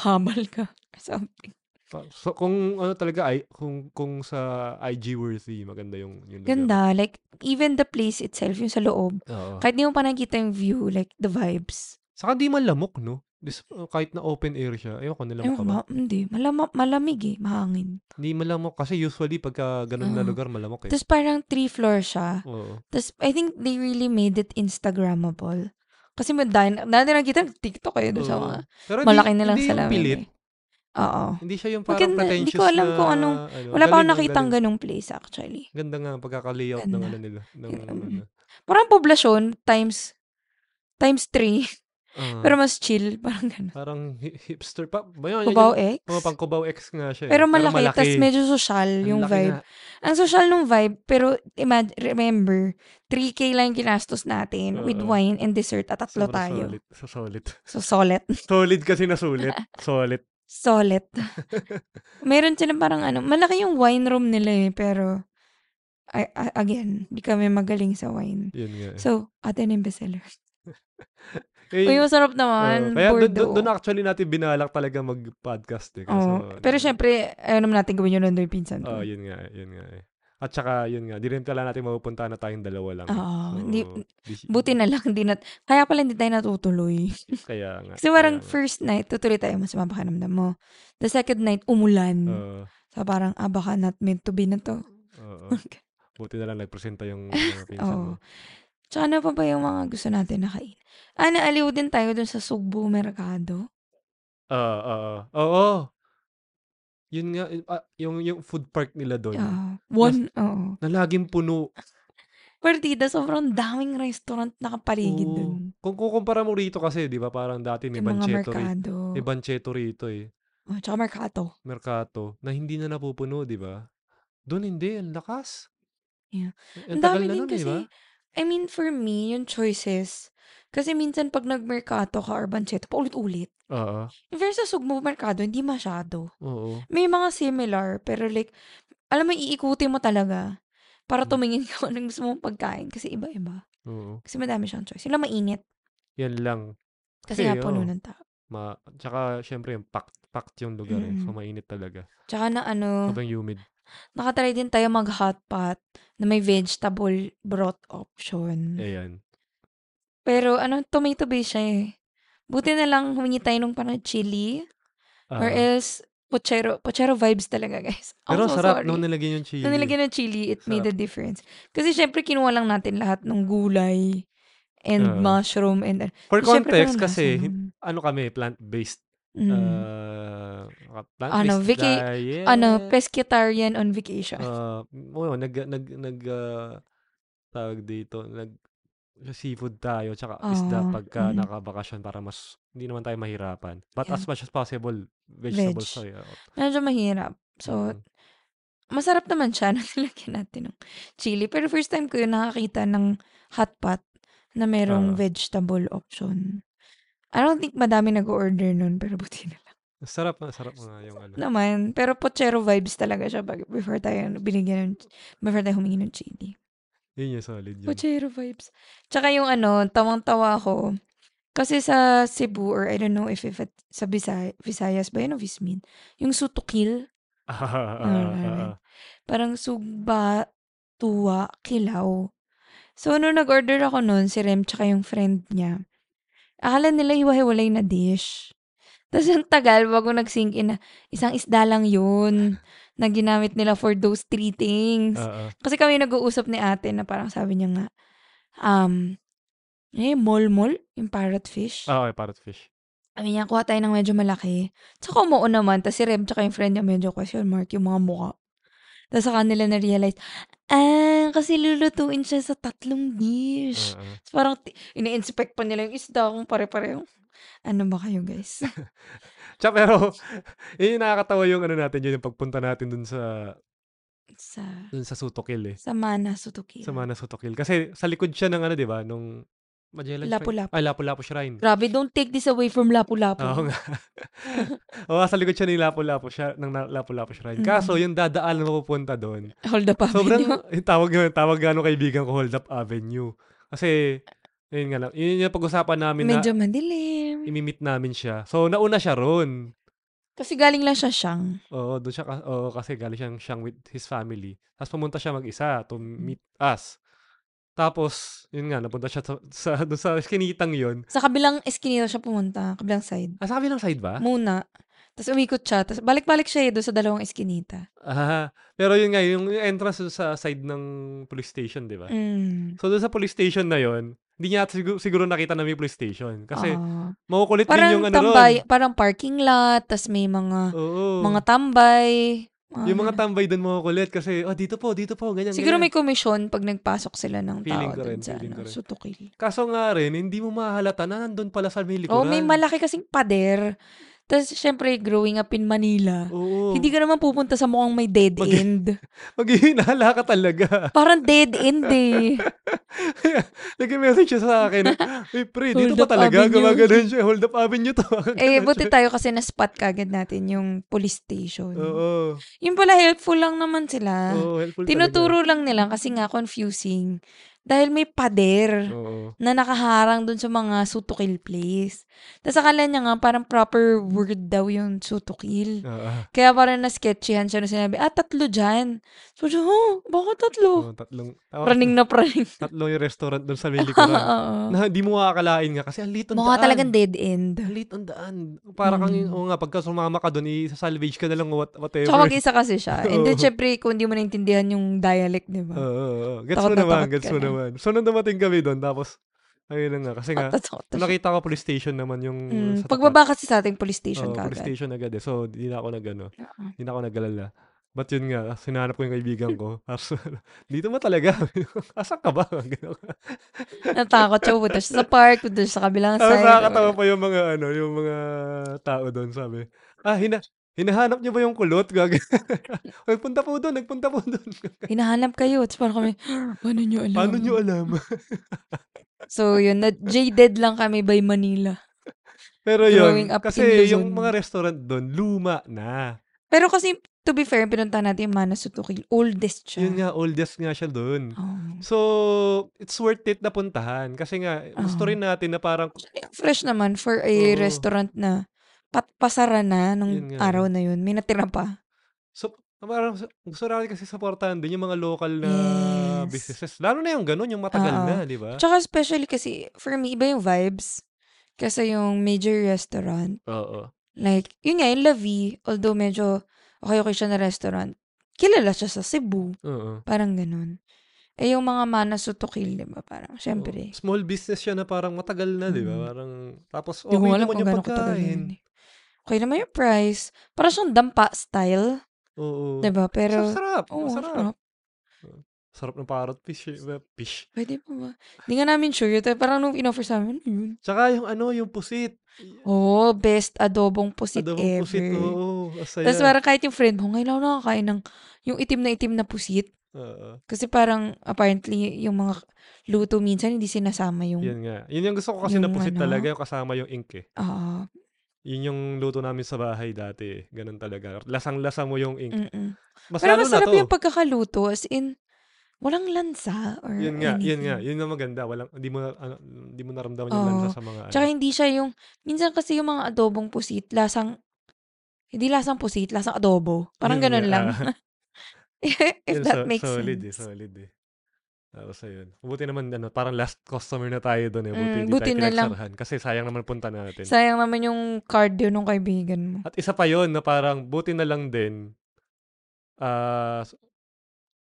[SPEAKER 3] Hamal ka. or something.
[SPEAKER 2] Pa- So kung ano talaga ay kung kung sa IG worthy maganda yung yung lugar.
[SPEAKER 3] Ganda. Like, even the place itself, yung sa loob.
[SPEAKER 2] Oo.
[SPEAKER 3] Kahit di mo pa nakikita yung view, like, the vibes.
[SPEAKER 2] Saka di man lamok, no? Dis, kahit na open air siya, ayoko nilamok
[SPEAKER 3] Ayun
[SPEAKER 2] ka ba?
[SPEAKER 3] ba? Hindi. Malama, malamig eh. Mahangin.
[SPEAKER 2] Hindi malamok. Kasi usually pagka ganun na
[SPEAKER 3] Oo.
[SPEAKER 2] lugar, malamok eh.
[SPEAKER 3] Ah. Tapos parang three floor siya.
[SPEAKER 2] Oo.
[SPEAKER 3] Tapos, I think they really made it Instagrammable. Kasi mo, dahil, dahil nakita, TikTok eh, doon sa
[SPEAKER 2] Oo.
[SPEAKER 3] mga
[SPEAKER 2] Pero di-
[SPEAKER 3] malaki nilang
[SPEAKER 2] hindi yung
[SPEAKER 3] salamin.
[SPEAKER 2] pilit.
[SPEAKER 3] eh. Oo.
[SPEAKER 2] Hindi siya yung parang
[SPEAKER 3] Maganda. Hindi
[SPEAKER 2] pretentious
[SPEAKER 3] ko alam
[SPEAKER 2] na,
[SPEAKER 3] kung anong-
[SPEAKER 2] ano,
[SPEAKER 3] Wala pa
[SPEAKER 2] galing,
[SPEAKER 3] akong
[SPEAKER 2] ang
[SPEAKER 3] nakitang
[SPEAKER 2] galing.
[SPEAKER 3] ganong place actually.
[SPEAKER 2] Ganda nga ang pagkaka-layout ng
[SPEAKER 3] Ganda.
[SPEAKER 2] ano nila. Ng,
[SPEAKER 3] Yung-
[SPEAKER 2] ano, ano.
[SPEAKER 3] Parang poblasyon times times three.
[SPEAKER 2] Ah,
[SPEAKER 3] Pero mas chill. Parang gano'n.
[SPEAKER 2] parang hi- hipster pa. Bayan,
[SPEAKER 3] Cubao X.
[SPEAKER 2] Oh, pang Cubao X nga siya. eh.
[SPEAKER 3] pero malaki,
[SPEAKER 2] malaki.
[SPEAKER 3] tas medyo social
[SPEAKER 2] Ang
[SPEAKER 3] yung
[SPEAKER 2] laki
[SPEAKER 3] vibe.
[SPEAKER 2] nga.
[SPEAKER 3] Ang social nung vibe, pero imag- remember, 3K lang yung ginastos natin with
[SPEAKER 2] Oo.
[SPEAKER 3] wine and dessert at tatlo
[SPEAKER 2] Sobrang
[SPEAKER 3] tayo.
[SPEAKER 2] Solid. So, solid.
[SPEAKER 3] So, solid.
[SPEAKER 2] solid kasi na sulit. Solid.
[SPEAKER 3] solid. Meron silang parang ano, malaki yung wine room nila eh, pero I- I- again, di kami magaling sa wine.
[SPEAKER 2] Yun nga. eh.
[SPEAKER 3] So, atin yung bestseller.
[SPEAKER 2] Eh,
[SPEAKER 3] Uy, masarap
[SPEAKER 2] oo, oh,
[SPEAKER 3] naman.
[SPEAKER 2] kaya doon- doon
[SPEAKER 3] Bordeaux.
[SPEAKER 2] doon actually natin binalak talaga mag-podcast eh. Kaso,
[SPEAKER 3] Oo. Oh, Pero syempre, ayaw naman natin gawin yun under pinsan.
[SPEAKER 2] Oh, yun nga, eh, yun nga eh. At saka, yun nga, di rin pala natin mapupunta na tayong dalawa lang. eh.
[SPEAKER 3] Oo, Oh, hindi-
[SPEAKER 2] di-
[SPEAKER 3] Buti na lang, hindi nat... Kaya pala hindi tayo natutuloy.
[SPEAKER 2] Kaya nga.
[SPEAKER 3] Kasi
[SPEAKER 2] Ah,
[SPEAKER 3] parang
[SPEAKER 2] kaya nga.
[SPEAKER 3] first night, tutuloy tayo, masama pa pakiramdam mo. The second night, umulan.
[SPEAKER 2] Oo,
[SPEAKER 3] so parang, ah, baka not meant to be na to.
[SPEAKER 2] oo. Buti na lang nagpresenta yung mga pinsan mo.
[SPEAKER 3] Oo. Tsaka ano pa ba yung mga gusto natin na kain? Ah, naaliw din tayo dun sa Sugbo Mercado.
[SPEAKER 2] Oo, oo. Oo. Yun nga, eh, ah, yung, yung food park nila doon.
[SPEAKER 3] Ah, one, oo.
[SPEAKER 2] Na laging puno.
[SPEAKER 3] Partida, sobrang daming restaurant nakapaligid
[SPEAKER 2] Oo.
[SPEAKER 3] dun.
[SPEAKER 2] Kung kukumpara mo rito kasi, di ba, parang dati may
[SPEAKER 3] Yung mga
[SPEAKER 2] bancheto rito.
[SPEAKER 3] merkado.
[SPEAKER 2] May bancheto rito eh.
[SPEAKER 3] Oh, tsaka merkado.
[SPEAKER 2] merkato na hindi na napupuno, di ba? Doon hindi, ang lakas. Eh,
[SPEAKER 3] Yeah.
[SPEAKER 2] Ang
[SPEAKER 3] Ang
[SPEAKER 2] tagal
[SPEAKER 3] dami
[SPEAKER 2] na
[SPEAKER 3] din
[SPEAKER 2] nun, di ba?
[SPEAKER 3] kasi, I mean, for me, yung choices, kasi minsan pag nagmerkato ka or bancheto, paulit-ulit.
[SPEAKER 2] Oo.
[SPEAKER 3] In fairness, sa Sugbo Mercado, hindi masyado.
[SPEAKER 2] Oo.
[SPEAKER 3] May mga similar, pero like, alam mo, iikuti mo talaga para
[SPEAKER 2] Mm.
[SPEAKER 3] tumingin ka kung anong gusto mong pagkain. Kasi iba-iba.
[SPEAKER 2] Oo.
[SPEAKER 3] Kasi madami siyang choice. Sila mainit.
[SPEAKER 2] Yan lang. Eh,
[SPEAKER 3] Kasi nga puno
[SPEAKER 2] oo.
[SPEAKER 3] ng tao.
[SPEAKER 2] Ma tsaka, syempre, yung packed, packed yung lugar eh. So,
[SPEAKER 3] Mm-mm.
[SPEAKER 2] mainit talaga.
[SPEAKER 3] Tsaka na ano,
[SPEAKER 2] Sobrang humid.
[SPEAKER 3] nakatry din tayo mag hot pot na may vegetable broth option.
[SPEAKER 2] Ayan.
[SPEAKER 3] Pero ano, tomato base siya eh. Buti na lang humingi tayo ng parang chili or
[SPEAKER 2] Ah.
[SPEAKER 3] else pochero, pochero vibes talaga guys. I'm
[SPEAKER 2] Pero
[SPEAKER 3] so
[SPEAKER 2] sarap
[SPEAKER 3] oh, sorry.
[SPEAKER 2] nung nilagyan yung chili.
[SPEAKER 3] Nung nilagyan ng chili, it made
[SPEAKER 2] Sarap.
[SPEAKER 3] a difference. Kasi syempre, kinuha lang natin lahat ng gulay and
[SPEAKER 2] Oo.
[SPEAKER 3] mushroom and...
[SPEAKER 2] Ah. For
[SPEAKER 3] Syempre,
[SPEAKER 2] context,
[SPEAKER 3] walang
[SPEAKER 2] kasi,
[SPEAKER 3] lasa
[SPEAKER 2] hin-
[SPEAKER 3] nun.
[SPEAKER 2] ano kami, plant-based.
[SPEAKER 3] Mm.
[SPEAKER 2] ah, eh. plant-based
[SPEAKER 3] Ano, Vicky-
[SPEAKER 2] diet.
[SPEAKER 3] ano, pescatarian on vacation.
[SPEAKER 2] Ah, oo, nag nag nag ah, tawag dito, nag seafood tayo tsaka isda
[SPEAKER 3] Oo,
[SPEAKER 2] pagka
[SPEAKER 3] mm.
[SPEAKER 2] nakabakasyon para mas hindi naman tayo mahirapan. But
[SPEAKER 3] Yeah.
[SPEAKER 2] as much as possible, vegetables
[SPEAKER 3] Veg.
[SPEAKER 2] tayo. oo.
[SPEAKER 3] Medyo mahirap. So,
[SPEAKER 2] Mm.
[SPEAKER 3] masarap naman siya nung nilagyan natin ng chili. Pero first time ko yun nakakita ng hot pot na merong
[SPEAKER 2] Ah.
[SPEAKER 3] vegetable option. I don't think madami nag-order nun, pero buti na lang
[SPEAKER 2] sarap na, sarap nga yung ano.
[SPEAKER 3] naman. Pero pochero vibes talaga siya bag- before tayo ano, binigyan ng, before tayo humingi ng chili.
[SPEAKER 2] Yun yung solid yun.
[SPEAKER 3] Pochero vibes. Tsaka yung ano, tawang-tawa ako. Kasi sa Cebu, or I don't know if, if it, sa Visay, Visayas ba yun o Vismin? Yung sutukil,
[SPEAKER 2] Ah, ah, ah,
[SPEAKER 3] Ano
[SPEAKER 2] ah,
[SPEAKER 3] namin?
[SPEAKER 2] ah.
[SPEAKER 3] parang sugba, tuwa, kilaw. So, nung nag-order ako nun, si Rem tsaka yung friend niya, akala nila hiwa-hiwalay na dish. Tapos yung tagal, bago nag-sink in na, isang isda lang yun na ginamit nila for those three things.
[SPEAKER 2] Ah, ah.
[SPEAKER 3] Kasi kami nag-uusap ni ate na parang sabi niya nga, um, eh, mol-mol, yung parrotfish.
[SPEAKER 2] Ah, okay, parrot fish.
[SPEAKER 3] Sabi niya, Ano kuha tayo ng medyo malaki. Tsaka umuo naman. Tapos si Rem tsaka yung friend niya medyo question mark yung mga mukha. Tapos saka nila na-realize, ah, kasi lulutuin siya sa tatlong dish.
[SPEAKER 2] Oo.
[SPEAKER 3] Tapos parang ti- ini-inspect pa nila yung isda kung pare-pareho. Ano ba kayo guys?
[SPEAKER 2] Tsaka pero, yun yung nakakatawa yung ano natin, yun yung pagpunta natin dun sa,
[SPEAKER 3] sa
[SPEAKER 2] dun sa Sutokil eh.
[SPEAKER 3] sa Mana Sutuki.
[SPEAKER 2] Sa Mana Sutokil. Kasi sa likod siya ng ano, di ba? Nung Magellan
[SPEAKER 3] Lapu-Lapu.
[SPEAKER 2] Shrine. Ay, Lapu-Lapu Shrine.
[SPEAKER 3] Grabe, don't take this away from Lapu-Lapu.
[SPEAKER 2] Oo nga. Oo, sa likod siya ni Lapu-Lapu, siya, ng na- Lapu-Lapu Shrine.
[SPEAKER 3] Mm-hmm.
[SPEAKER 2] Kaso, yung dadaan na pupunta doon,
[SPEAKER 3] Hold up,
[SPEAKER 2] sobrang, yung tawag yun, tawag gano'ng kaibigan ko, Hold Up Avenue. Kasi, yun nga lang, yun yung pag-usapan namin
[SPEAKER 3] Medyo
[SPEAKER 2] na
[SPEAKER 3] madilim.
[SPEAKER 2] imimit namin siya. So, nauna siya roon.
[SPEAKER 3] Kasi galing lang siya siyang.
[SPEAKER 2] Oo, doon siya, ka- oo, kasi galing siyang, siyang with his family. Tapos pumunta siya mag-isa to
[SPEAKER 3] Hmm.
[SPEAKER 2] meet us. Tapos, yun nga, napunta siya sa, sa, doon sa skinitang yun.
[SPEAKER 3] Sa kabilang eskinita siya pumunta, kabilang side.
[SPEAKER 2] Ah, sa kabilang side ba?
[SPEAKER 3] Muna. Tapos umikot siya. Tapos balik-balik siya eh, doon sa dalawang eskinita.
[SPEAKER 2] Ah, pero yun nga, yung yung entrance dun sa side ng police station, di ba?
[SPEAKER 3] Mm.
[SPEAKER 2] So, doon sa police station na yon hindi niya siguro, siguro nakita na may police station. Kasi,
[SPEAKER 3] Oo.
[SPEAKER 2] makukulit
[SPEAKER 3] Ah. parang
[SPEAKER 2] din yung ano
[SPEAKER 3] tambay,
[SPEAKER 2] ron.
[SPEAKER 3] parang parking lot, tapos may mga
[SPEAKER 2] Oo.
[SPEAKER 3] mga tambay.
[SPEAKER 2] yung mga tambay doon makukulit kasi, oh, dito po, dito po, ganyan,
[SPEAKER 3] Siguro may
[SPEAKER 2] ganyan.
[SPEAKER 3] komisyon pag nagpasok sila ng
[SPEAKER 2] Feeling
[SPEAKER 3] tao
[SPEAKER 2] ko
[SPEAKER 3] doon
[SPEAKER 2] rin,
[SPEAKER 3] sa
[SPEAKER 2] feeling ko
[SPEAKER 3] ano,
[SPEAKER 2] rin.
[SPEAKER 3] sutukil.
[SPEAKER 2] Kaso nga rin, hindi mo mahalata na nandun pala sa may
[SPEAKER 3] Oh,
[SPEAKER 2] likuran.
[SPEAKER 3] may malaki kasing pader. Tapos syempre growing up in Manila.
[SPEAKER 2] Oo.
[SPEAKER 3] Hindi ka naman pupunta sa mukhang may dead
[SPEAKER 2] Mag-
[SPEAKER 3] end.
[SPEAKER 2] Maghihinala ka talaga.
[SPEAKER 3] Parang dead end eh.
[SPEAKER 2] Nag-message siya sa akin. Uy, pre, dito
[SPEAKER 3] Hold
[SPEAKER 2] ba
[SPEAKER 3] up
[SPEAKER 2] talaga?
[SPEAKER 3] avenue."
[SPEAKER 2] Gumagano'n siya. Hold up avenue to.
[SPEAKER 3] eh, buti tayo kasi na-spot kagad natin yung police station.
[SPEAKER 2] Oo.
[SPEAKER 3] Yung pala, helpful lang naman sila.
[SPEAKER 2] Oo, helpful
[SPEAKER 3] Ah, Tinuturo lang nila kasi nga confusing. Dahil may pader
[SPEAKER 2] talaga. Oo.
[SPEAKER 3] na nakaharang dun sa mga sutukil place. Tapos akala niya nga parang proper word daw yung sutukil.
[SPEAKER 2] Oo.
[SPEAKER 3] Kaya parang na-sketchyhan siya na sinabi, ah, tatlo dyan. So, siya, oh, bakit tatlo?
[SPEAKER 2] Oo, tatlong.
[SPEAKER 3] Running na praning.
[SPEAKER 2] Tatlong yung restaurant doon sa may likuran.
[SPEAKER 3] Oo.
[SPEAKER 2] na hindi mo makakalain nga kasi ang late ang
[SPEAKER 3] Mukha
[SPEAKER 2] daan.
[SPEAKER 3] talagang dead end.
[SPEAKER 2] Ang late ang daan. Para kang,
[SPEAKER 3] Mm.
[SPEAKER 2] oo nga, pagka sumama ka doon, i-salvage ka na lang what, whatever.
[SPEAKER 3] Tsaka mag-isa kasi siya. And then,
[SPEAKER 2] Oo.
[SPEAKER 3] syempre, kung hindi mo naintindihan yung dialect, di
[SPEAKER 2] Oo,
[SPEAKER 3] ba?
[SPEAKER 2] oo, oo. Gets
[SPEAKER 3] Takot
[SPEAKER 2] mo
[SPEAKER 3] na
[SPEAKER 2] naman,
[SPEAKER 3] takot
[SPEAKER 2] gets
[SPEAKER 3] ka
[SPEAKER 2] mo
[SPEAKER 3] na.
[SPEAKER 2] naman. So, nung dumating kami doon, tapos, ayun na nga. Kasi nga,
[SPEAKER 3] Tatakot na
[SPEAKER 2] nung
[SPEAKER 3] siya.
[SPEAKER 2] nakita ko police station naman yung...
[SPEAKER 3] Mm,
[SPEAKER 2] sa tapat.
[SPEAKER 3] Pagbaba kasi sa ating police station
[SPEAKER 2] Oo, police
[SPEAKER 3] kagad.
[SPEAKER 2] station agad eh. So, di na ako nag, ano,
[SPEAKER 3] Oo.
[SPEAKER 2] di na ako nagalala. But yun nga, sinanap ko yung kaibigan ko. Tapos, dito ba talaga? Asan ka ba? Ganun.
[SPEAKER 3] Natakot siya. Punta siya sa park, punta siya sa kabilang
[SPEAKER 2] Tapos
[SPEAKER 3] side.
[SPEAKER 2] nakakatawa pa yung mga ano, yung mga tao doon sabi. Ah, hina hinahanap niyo ba yung kulot? Gag. nagpunta po doon, nagpunta po doon.
[SPEAKER 3] Hinahanap kayo. Tapos parang kami, paano nyo alam?
[SPEAKER 2] Paano niyo alam?
[SPEAKER 3] So, yun. Na, jaded lang kami by Manila.
[SPEAKER 2] Pero
[SPEAKER 3] Growing
[SPEAKER 2] yun,
[SPEAKER 3] up in
[SPEAKER 2] kasi
[SPEAKER 3] Luzon.
[SPEAKER 2] yung mga restaurant doon, luma na.
[SPEAKER 3] Pero kasi, to be fair, pinunta natin yung Manasutukil. Oldest siya. Oh. Mm.
[SPEAKER 2] Yun nga, oldest nga siya doon.
[SPEAKER 3] Oo.
[SPEAKER 2] So, it's worth it na puntahan. Kasi nga, gusto
[SPEAKER 3] Oo.
[SPEAKER 2] rin natin na parang,
[SPEAKER 3] Eh, Fresh naman for a
[SPEAKER 2] Oo.
[SPEAKER 3] restaurant na pat pasara na nung
[SPEAKER 2] Yun nga.
[SPEAKER 3] araw na yun. May natira pa.
[SPEAKER 2] so, parang gusto natin kasi supportahan din yung mga local na
[SPEAKER 3] Yes.
[SPEAKER 2] businesses. Lalo na yung ganun, yung matagal
[SPEAKER 3] Oo.
[SPEAKER 2] na, di ba?
[SPEAKER 3] Tsaka especially kasi, for me, iba yung vibes. Kasi yung major restaurant,
[SPEAKER 2] Oo.
[SPEAKER 3] Like, yun nga, yung Lavi, although medyo okay-okay siya na restaurant, kilala siya sa Cebu.
[SPEAKER 2] Oo.
[SPEAKER 3] Parang ganun. Eh, yung mga mana sutukil, di ba? Parang, syempre.
[SPEAKER 2] Oo. Small business siya na parang matagal na, di ba?
[SPEAKER 3] Mm.
[SPEAKER 2] Parang, tapos oh,
[SPEAKER 3] Hindi
[SPEAKER 2] okay
[SPEAKER 3] ko alam
[SPEAKER 2] naman
[SPEAKER 3] kung
[SPEAKER 2] yung
[SPEAKER 3] gano'ng katagal na
[SPEAKER 2] pagkain.
[SPEAKER 3] yun. eh. Okay naman yung price. Parang siyang dampa style,
[SPEAKER 2] Oo.
[SPEAKER 3] di ba? Pero,
[SPEAKER 2] Sarap, sarap.
[SPEAKER 3] oo,
[SPEAKER 2] masarap.
[SPEAKER 3] sarap.
[SPEAKER 2] Sarap ng parrot fish. eh, well, Fish.
[SPEAKER 3] Pwede pa ba? Hindi nga namin sure. Ito, parang nung inoffer sa amin, ano yun.
[SPEAKER 2] Tsaka yung ano, yung pusit.
[SPEAKER 3] Oh, best adobong pusit
[SPEAKER 2] Adobong
[SPEAKER 3] ever.
[SPEAKER 2] pusit. Oo. Asaya.
[SPEAKER 3] Tapos parang kahit yung friend mo, ngayon ako nakakain ng yung itim na itim na pusit.
[SPEAKER 2] Oo.
[SPEAKER 3] Kasi parang apparently yung mga luto minsan hindi sinasama yung
[SPEAKER 2] Yan nga. Yun yung gusto ko kasi na
[SPEAKER 3] Yung
[SPEAKER 2] pusit
[SPEAKER 3] ano?
[SPEAKER 2] talaga, yung kasama yung ink eh.
[SPEAKER 3] ah
[SPEAKER 2] Yun yung luto namin sa bahay dati. eh. Ganun talaga. Lasang-lasa mo yung ink.
[SPEAKER 3] mm-mm.
[SPEAKER 2] Mas
[SPEAKER 3] Mm. Pero
[SPEAKER 2] lalo na
[SPEAKER 3] masarap
[SPEAKER 2] to.
[SPEAKER 3] yung pagkakaluto as in walang lansa or
[SPEAKER 2] Yun nga, yun
[SPEAKER 3] anything.
[SPEAKER 2] nga. Yun ang maganda. Walang, hindi mo, na- ano, hindi mo naramdaman yung
[SPEAKER 3] Oo.
[SPEAKER 2] lansa sa mga ano.
[SPEAKER 3] Tsaka hindi siya yung minsan kasi yung mga adobong pusit lasang hindi lasang pusit, lasang adobo. Parang
[SPEAKER 2] Yun
[SPEAKER 3] ganun
[SPEAKER 2] nga,
[SPEAKER 3] lang.
[SPEAKER 2] ah.
[SPEAKER 3] If
[SPEAKER 2] Yun,
[SPEAKER 3] that
[SPEAKER 2] so-
[SPEAKER 3] makes
[SPEAKER 2] solid
[SPEAKER 3] sense.
[SPEAKER 2] Eh, solid eh. Tapos ayun. Buti naman, ano, parang last customer na tayo doon eh. Buti
[SPEAKER 3] Mm,
[SPEAKER 2] hindi
[SPEAKER 3] buti
[SPEAKER 2] tayo
[SPEAKER 3] na lang.
[SPEAKER 2] pinagsarahan. Kasi sayang naman punta natin.
[SPEAKER 3] Sayang naman yung cardio nung kaibigan mo.
[SPEAKER 2] At isa pa yon na parang buti na lang din ah, s-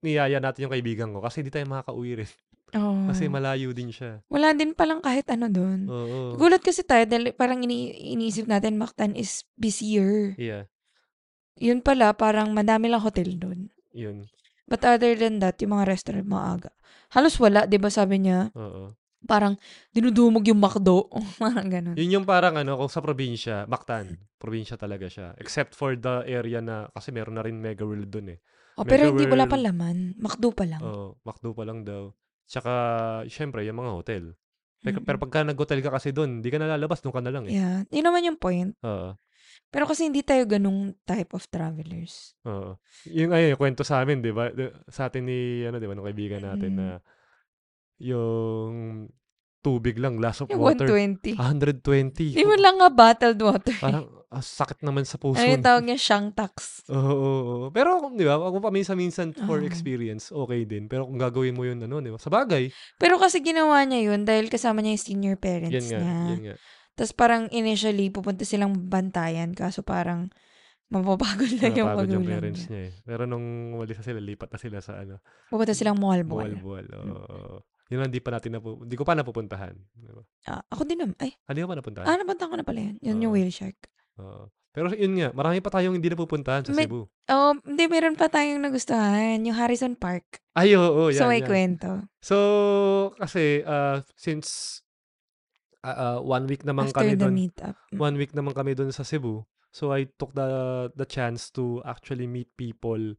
[SPEAKER 2] niyaya natin yung kaibigan ko kasi hindi tayo makaka-uwi rin.
[SPEAKER 3] Oo.
[SPEAKER 2] Kasi malayo din siya.
[SPEAKER 3] Oh, Wala din palang kahit ano doon.
[SPEAKER 2] Oo.
[SPEAKER 3] Gulat kasi tayo dahil parang ini- iniisip natin Mactan is busier.
[SPEAKER 2] Yeah,
[SPEAKER 3] Yun pala, parang madami lang hotel doon.
[SPEAKER 2] yun.
[SPEAKER 3] But other than that, yung mga restaurant maaga. Halos wala, di ba sabi niya?
[SPEAKER 2] Oo.
[SPEAKER 3] Parang dinudumog yung McDo. parang ganun.
[SPEAKER 2] Yun yung parang ano, kung sa probinsya, Mactan, probinsya talaga siya. Except for the area na, kasi meron na rin Mega World dun eh.
[SPEAKER 3] Oh, pero
[SPEAKER 2] Mega
[SPEAKER 3] hindi wala
[SPEAKER 2] World.
[SPEAKER 3] pa laman. McDo pa lang.
[SPEAKER 2] Oo, Macdo pa lang daw. Tsaka, syempre, yung mga hotel. Pero,
[SPEAKER 3] Mm-mm.
[SPEAKER 2] pero pagka nag-hotel ka kasi dun, di ka na lalabas, doon ka na lang eh.
[SPEAKER 3] Mm. Yeah. Yun naman yung point.
[SPEAKER 2] Oo.
[SPEAKER 3] Pero kasi hindi tayo ganung type of travelers.
[SPEAKER 2] Oo. Yung ayun, yung kwento sa amin, 'di ba? D- Sa atin ni ano, 'di ba, nung kaibigan natin
[SPEAKER 3] Mm.
[SPEAKER 2] na yung tubig lang, glass of
[SPEAKER 3] Yung
[SPEAKER 2] water,
[SPEAKER 3] 120.
[SPEAKER 2] 120.
[SPEAKER 3] Hindi mo lang nga bottled water.
[SPEAKER 2] Parang ah, sakit naman sa puso.
[SPEAKER 3] Ano yung tawag niya? Shang tax.
[SPEAKER 2] Oo, oo, oo. Pero kung 'di ba, kung paminsan-minsan for
[SPEAKER 3] Oo.
[SPEAKER 2] experience, okay din. Pero kung gagawin mo 'yun ano, 'di ba? Sa bagay,
[SPEAKER 3] Pero kasi ginawa niya yun dahil kasama niya yung senior parents
[SPEAKER 2] 'yan nga,
[SPEAKER 3] niya.
[SPEAKER 2] 'yan nga.
[SPEAKER 3] Tapos parang initially, pupunta silang bantayan. Kaso parang mapapagod lang yung
[SPEAKER 2] Napagod yung
[SPEAKER 3] magulang
[SPEAKER 2] parents
[SPEAKER 3] niya.
[SPEAKER 2] niya eh. Pero nung umalis na sila, lipat na sila sa ano,
[SPEAKER 3] Pupunta silang mall-mall.
[SPEAKER 2] Buwal-Buwal. Oo. oo. Yun ang di pa natin napu- di ko pa napupuntahan. Di ba?
[SPEAKER 3] Ah, ako din naman. Ay,
[SPEAKER 2] Ah, di ko pa napuntahan.
[SPEAKER 3] ah, nabanta ko na pala yan. Yun yung
[SPEAKER 2] Oo.
[SPEAKER 3] whale shark.
[SPEAKER 2] Oo. Pero yun nga, marami pa tayong hindi napupuntahan sa
[SPEAKER 3] May-
[SPEAKER 2] Cebu.
[SPEAKER 3] Oh, hindi, meron pa tayong nagustuhan. Yung Harrison Park.
[SPEAKER 2] Ay, oo, oo, Oh, yan,
[SPEAKER 3] so, may
[SPEAKER 2] yan.
[SPEAKER 3] kwento.
[SPEAKER 2] So, kasi uh, since uh, uh, one week naman
[SPEAKER 3] After
[SPEAKER 2] kami
[SPEAKER 3] the
[SPEAKER 2] doon,
[SPEAKER 3] meetup. Mm.
[SPEAKER 2] one week naman kami doon sa Cebu. So I took the the chance to actually meet people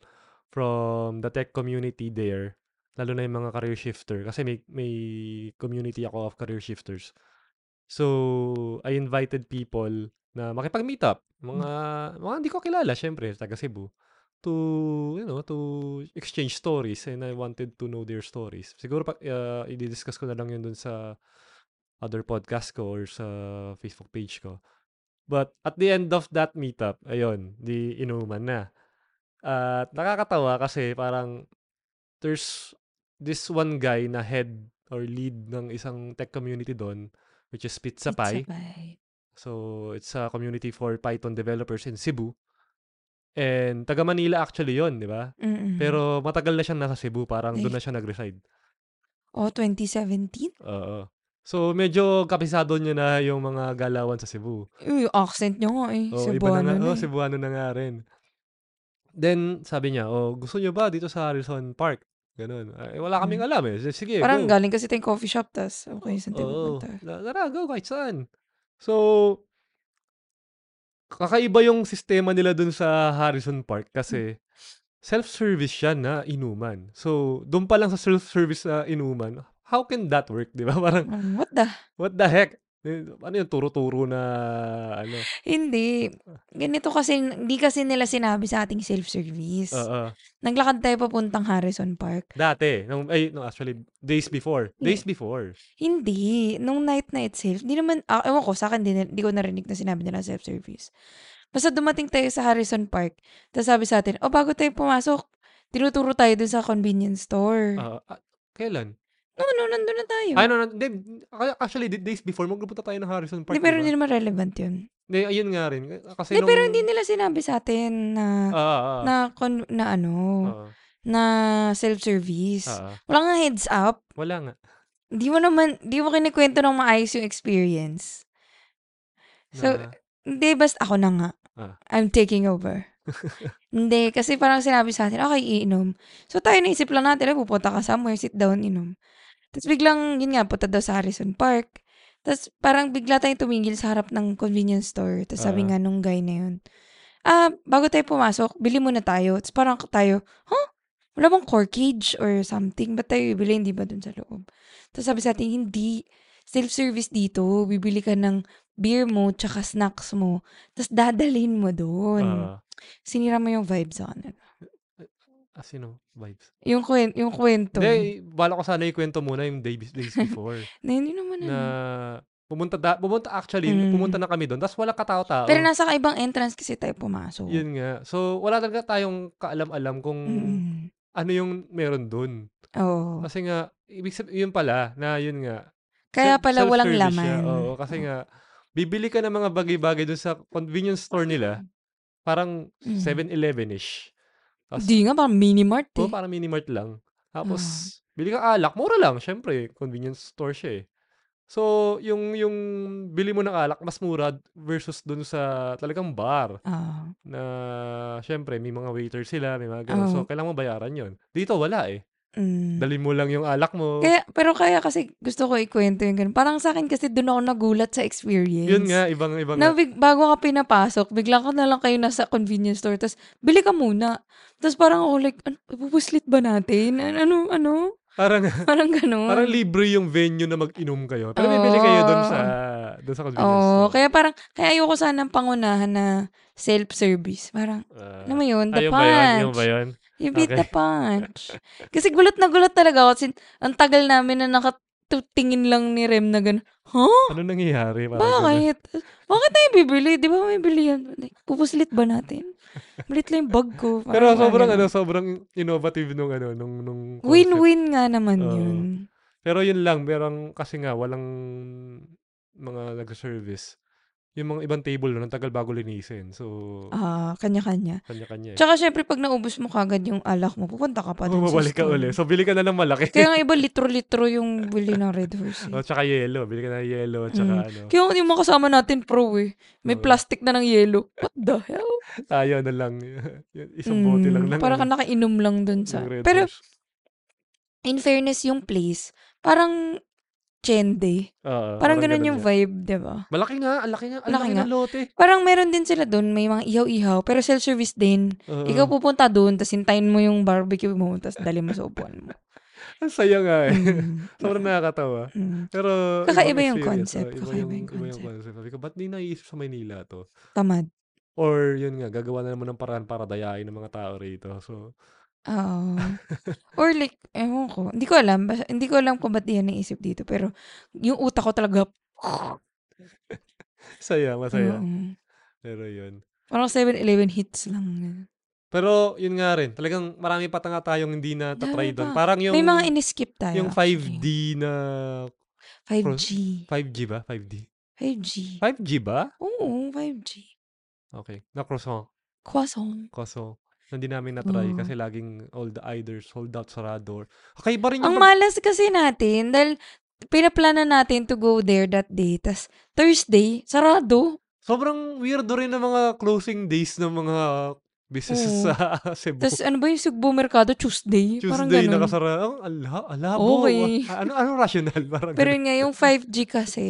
[SPEAKER 2] from the tech community there, lalo na yung mga career shifter kasi may may community ako of career shifters. So I invited people na makipag-meet up, mga mga hindi ko kilala syempre taga Cebu to you know to exchange stories and I wanted to know their stories. Siguro pa uh, i-discuss ko na lang yun dun sa other podcast ko or sa Facebook page ko. But at the end of that meetup, ayun, di inuman na. At nakakatawa kasi parang there's this one guy na head or lead ng isang tech community doon, which is Pizza Pie.
[SPEAKER 3] It's a pie.
[SPEAKER 2] So, it's a community for Python developers in Cebu. And taga Manila actually yon di ba?
[SPEAKER 3] Mm-mm.
[SPEAKER 2] Pero matagal na siyang nasa Cebu, parang doon na siya nag-reside.
[SPEAKER 3] Oh, 2017?
[SPEAKER 2] Oo. So, medyo kapisado niya na yung mga galawan sa Cebu.
[SPEAKER 3] Uy, yung accent niya nga eh.
[SPEAKER 2] Oh, iba na
[SPEAKER 3] Cebuano
[SPEAKER 2] nga.
[SPEAKER 3] na
[SPEAKER 2] Oh,
[SPEAKER 3] eh.
[SPEAKER 2] Cebuano na nga rin. Then, sabi niya, oh, gusto niyo ba dito sa Harrison Park? Ganun. Ay, wala kaming alam eh. S- Sige,
[SPEAKER 3] Mm. Parang
[SPEAKER 2] go.
[SPEAKER 3] galing kasi tayong coffee shop, tas okay, saan tayo
[SPEAKER 2] Oo.
[SPEAKER 3] pupunta?
[SPEAKER 2] La- Tara, go kahit saan. So, kakaiba yung sistema nila dun sa Harrison Park
[SPEAKER 3] Hmm.
[SPEAKER 2] kasi self-service siya na inuman. So, dun pa lang sa self-service na inuman, how can that work, di ba? Parang,
[SPEAKER 3] Um, what the?
[SPEAKER 2] what the heck? Eh, Ano yung turo-turo na, ano?
[SPEAKER 3] Hindi. Ganito kasi, hindi kasi nila sinabi sa ating self-service.
[SPEAKER 2] Oo.
[SPEAKER 3] Naglakad tayo papuntang Harrison Park.
[SPEAKER 2] Dati. Nung, ay, no, actually, days before. Days before.
[SPEAKER 3] Hindi. Nung night na itself, di naman, ah, ewan ko, sa akin, di, na- di ko narinig na sinabi nila self-service. Basta dumating tayo sa Harrison Park, tapos sabi sa atin, oh, bago tayo pumasok, tinuturo tayo dun sa convenience store.
[SPEAKER 2] Ah, ah, kailan?
[SPEAKER 3] no, no, nandun na tayo.
[SPEAKER 2] Ay, no, no, hindi, ah, actually, di- days before, magpunta tayo ng Harrison Park.
[SPEAKER 3] Hindi, pero
[SPEAKER 2] diba?
[SPEAKER 3] hindi naman relevant yun.
[SPEAKER 2] Hindi, ayun nga rin. Kasi
[SPEAKER 3] Hindi,
[SPEAKER 2] nung...
[SPEAKER 3] pero hindi nila sinabi sa atin na,
[SPEAKER 2] Ah, ah,
[SPEAKER 3] na, con- na ano,
[SPEAKER 2] ah,
[SPEAKER 3] na self-service.
[SPEAKER 2] ah, ah.
[SPEAKER 3] Wala nga heads up.
[SPEAKER 2] Wala nga.
[SPEAKER 3] Di mo naman, di mo kinikwento ng maayos yung experience. So,
[SPEAKER 2] Na-
[SPEAKER 3] hindi, basta ako na nga.
[SPEAKER 2] Ah.
[SPEAKER 3] I'm taking over. hindi, kasi parang sinabi sa atin, okay, iinom. So, tayo naisip lang natin, ay, pupunta ka somewhere, sit down, inom. Tapos biglang, yun nga, punta daw sa Harrison Park. Tapos parang bigla tayong tumingil sa harap ng convenience store. Tapos sabi
[SPEAKER 2] Ah.
[SPEAKER 3] nga nung guy na yun, ah, bago tayo pumasok, bili muna tayo. Tapos parang tayo, huh? Wala bang corkage or something? Ba't tayo bibili? Hindi ba dun sa loob? Tapos sabi sa atin, hindi. Self-service dito. Bibili ka ng beer mo tsaka snacks mo. Tapos dadalhin mo doon.
[SPEAKER 2] ah,
[SPEAKER 3] Sinira mo yung vibes on it.
[SPEAKER 2] ah, sino? Vibes.
[SPEAKER 3] Yung, kwen- yung kwento.
[SPEAKER 2] Hindi, bala ko sana ikwento muna yung day- days before.
[SPEAKER 3] na hindi naman
[SPEAKER 2] na
[SPEAKER 3] ano.
[SPEAKER 2] pumunta, da, pumunta actually,
[SPEAKER 3] Mm.
[SPEAKER 2] pumunta na kami doon. Tapos wala katao-tao.
[SPEAKER 3] Pero nasa kaibang entrance kasi tayo
[SPEAKER 2] ah, oh.
[SPEAKER 3] pumasok.
[SPEAKER 2] yun nga. So, wala talaga tayong kaalam-alam kung
[SPEAKER 3] Mm-mm.
[SPEAKER 2] ano yung meron doon.
[SPEAKER 3] Oo.
[SPEAKER 2] Kasi nga, ibig sabihin, yun pala, na yun nga.
[SPEAKER 3] Kaya
[SPEAKER 2] self-
[SPEAKER 3] pala walang
[SPEAKER 2] self-service siya.
[SPEAKER 3] laman.
[SPEAKER 2] Oo, kasi nga, bibili ka ng mga bagay-bagay doon sa convenience store nila. Parang
[SPEAKER 3] Mm.
[SPEAKER 2] 7-Eleven-ish. Tapos, Oh,
[SPEAKER 3] Hindi nga, parang mini mart eh. Ah.
[SPEAKER 2] oo, parang mini mart lang. Tapos, Bili ka alak, mura lang, syempre, convenience store siya eh. So, yung, yung bili mo ng alak, mas mura versus dun sa talagang bar
[SPEAKER 3] Ah.
[SPEAKER 2] na, syempre, may mga waiter sila, may mga ganun. So,
[SPEAKER 3] Oo.
[SPEAKER 2] kailangan mo bayaran yon Dito, wala eh.
[SPEAKER 3] Mm.
[SPEAKER 2] Dali mo lang yung alak mo.
[SPEAKER 3] Kaya, pero kaya kasi gusto ko ikwento yung ganun. Parang sa akin kasi doon ako nagulat sa experience.
[SPEAKER 2] Yun nga, ibang-ibang.
[SPEAKER 3] Na big, bago ka pinapasok, bigla ko na lang kayo nasa convenience store. Tapos, bili ka muna. Tapos parang ako like, ano, pupuslit ba natin? Ano, ano? ano?
[SPEAKER 2] parang,
[SPEAKER 3] Parang ganun.
[SPEAKER 2] parang libre yung venue na mag-inom kayo. Pero bibili kayo dun sa, dun sa convenience
[SPEAKER 3] Oo,
[SPEAKER 2] store.
[SPEAKER 3] Oh. kaya parang, kaya ayoko sanang pangunahan na self-service. Parang,
[SPEAKER 2] Ah,
[SPEAKER 3] alam mo yun, the
[SPEAKER 2] ayaw ba
[SPEAKER 3] punch.
[SPEAKER 2] yun? Ayaw ba yun?
[SPEAKER 3] You beat the
[SPEAKER 2] Okay.
[SPEAKER 3] punch. Kasi gulat na gulat talaga ako. Sin, ang tagal namin na nakatutingin lang ni Rem na gano'n. Huh?
[SPEAKER 2] Ano nangyayari? Parang ganun.
[SPEAKER 3] Oh. Bakit? Bakit tayo bibili? Di ba may bilihan? Like, Pupuslit ba natin? Malit lang yung bag ko. Parang
[SPEAKER 2] Pero
[SPEAKER 3] mga
[SPEAKER 2] sobrang ano,
[SPEAKER 3] ganun.
[SPEAKER 2] sobrang innovative nung ano, nung nung concept.
[SPEAKER 3] Win-win nga naman
[SPEAKER 2] Oo.
[SPEAKER 3] yun.
[SPEAKER 2] Pero yun lang, merong kasi nga walang mga nag-service. Yung mga ibang table nun, ang tagal bago linisin. So,
[SPEAKER 3] Ah, kanya-kanya.
[SPEAKER 2] kanya-kanya eh.
[SPEAKER 3] Tsaka syempre, pag naubos mo kagad yung alak mo, pupunta ka pa dun sa
[SPEAKER 2] Bumabalik ka
[SPEAKER 3] store.
[SPEAKER 2] uli. So, bili ka na ng malaki.
[SPEAKER 3] Kaya nga iba, litro-litro yung bili ng Red Horse. eh.
[SPEAKER 2] o, tsaka yellow. Bili ka na ng yellow. Tsaka
[SPEAKER 3] Mm.
[SPEAKER 2] ano.
[SPEAKER 3] Kaya yung mga kasama natin pro eh. May
[SPEAKER 2] Oo.
[SPEAKER 3] plastic na ng yelo. What the hell?
[SPEAKER 2] Tayo na lang. Yun, Isang bote lang. ng
[SPEAKER 3] Mm, Parang ka
[SPEAKER 2] ano,
[SPEAKER 3] nakainom lang dun sa...
[SPEAKER 2] ng Red
[SPEAKER 3] Pero
[SPEAKER 2] Horse.
[SPEAKER 3] in fairness, yung place, parang chende.
[SPEAKER 2] Oo,
[SPEAKER 3] Parang ganun yung
[SPEAKER 2] Ah, yan.
[SPEAKER 3] vibe, di ba?
[SPEAKER 2] Malaki nga. Ang laki nga. Ang
[SPEAKER 3] Malaki
[SPEAKER 2] laki
[SPEAKER 3] nga.
[SPEAKER 2] ng lote.
[SPEAKER 3] Parang meron din sila dun, may mga ihaw-ihaw, pero self-service din.
[SPEAKER 2] Oo.
[SPEAKER 3] Ikaw pupunta dun, tapos hintayin mo yung barbecue mo, tapos dali mo sa upuan mo.
[SPEAKER 2] Ang saya nga eh.
[SPEAKER 3] Mm,
[SPEAKER 2] Sobrang nakakatawa.
[SPEAKER 3] mm.
[SPEAKER 2] Pero
[SPEAKER 3] Kakaiba
[SPEAKER 2] ibang
[SPEAKER 3] yung
[SPEAKER 2] experience,
[SPEAKER 3] concept,
[SPEAKER 2] oh,
[SPEAKER 3] kakaiba yung
[SPEAKER 2] iba yung concept. Sabi ko, ba't di naisip sa Maynila to?
[SPEAKER 3] Tamad.
[SPEAKER 2] Or yun nga, gagawa na naman ng paraan para dayain ng mga tao rito. So,
[SPEAKER 3] Oo. Or like, ewan ko. Hindi ko alam. Basta- hindi ko alam kung ba't yan naisip dito. Pero yung utak ko talaga,
[SPEAKER 2] saya, masaya.
[SPEAKER 3] Oo.
[SPEAKER 2] Pero yun.
[SPEAKER 3] mm, Parang 7-Eleven hits lang.
[SPEAKER 2] Pero yun nga rin, talagang marami pa nga tayong hindi na tatry
[SPEAKER 3] Dami
[SPEAKER 2] doon.
[SPEAKER 3] pa.
[SPEAKER 2] Parang yung,
[SPEAKER 3] May mga eh. in-skip tayo.
[SPEAKER 2] yung 5D na,
[SPEAKER 3] 5G.
[SPEAKER 2] 5G ba? 5D?
[SPEAKER 3] 5G.
[SPEAKER 2] 5G ba?
[SPEAKER 3] Oo, 5G.
[SPEAKER 2] Okay. Na croissant.
[SPEAKER 3] Croissant.
[SPEAKER 2] Kaso, hindi namin na-try
[SPEAKER 3] Oo.
[SPEAKER 2] kasi laging all the either sold out sarado. or- Okay ba rin yung
[SPEAKER 3] Ang
[SPEAKER 2] pag-
[SPEAKER 3] malas kasi natin, dahil pinaplana natin to go there that day. Tapos Thursday, sarado.
[SPEAKER 2] Sobrang weirdo rin ng mga closing days ng mga businesses
[SPEAKER 3] Oo.
[SPEAKER 2] sa Cebu.
[SPEAKER 3] Tapos ano ba yung Sugbo Mercado? Tuesday. Parang
[SPEAKER 2] Tuesday,
[SPEAKER 3] ganun.
[SPEAKER 2] nakasara. Ang ala, alabo.
[SPEAKER 3] Okay.
[SPEAKER 2] Ah, Ano, ano rational? Parang
[SPEAKER 3] Pero
[SPEAKER 2] ganun.
[SPEAKER 3] yun nga, yung 5G kasi.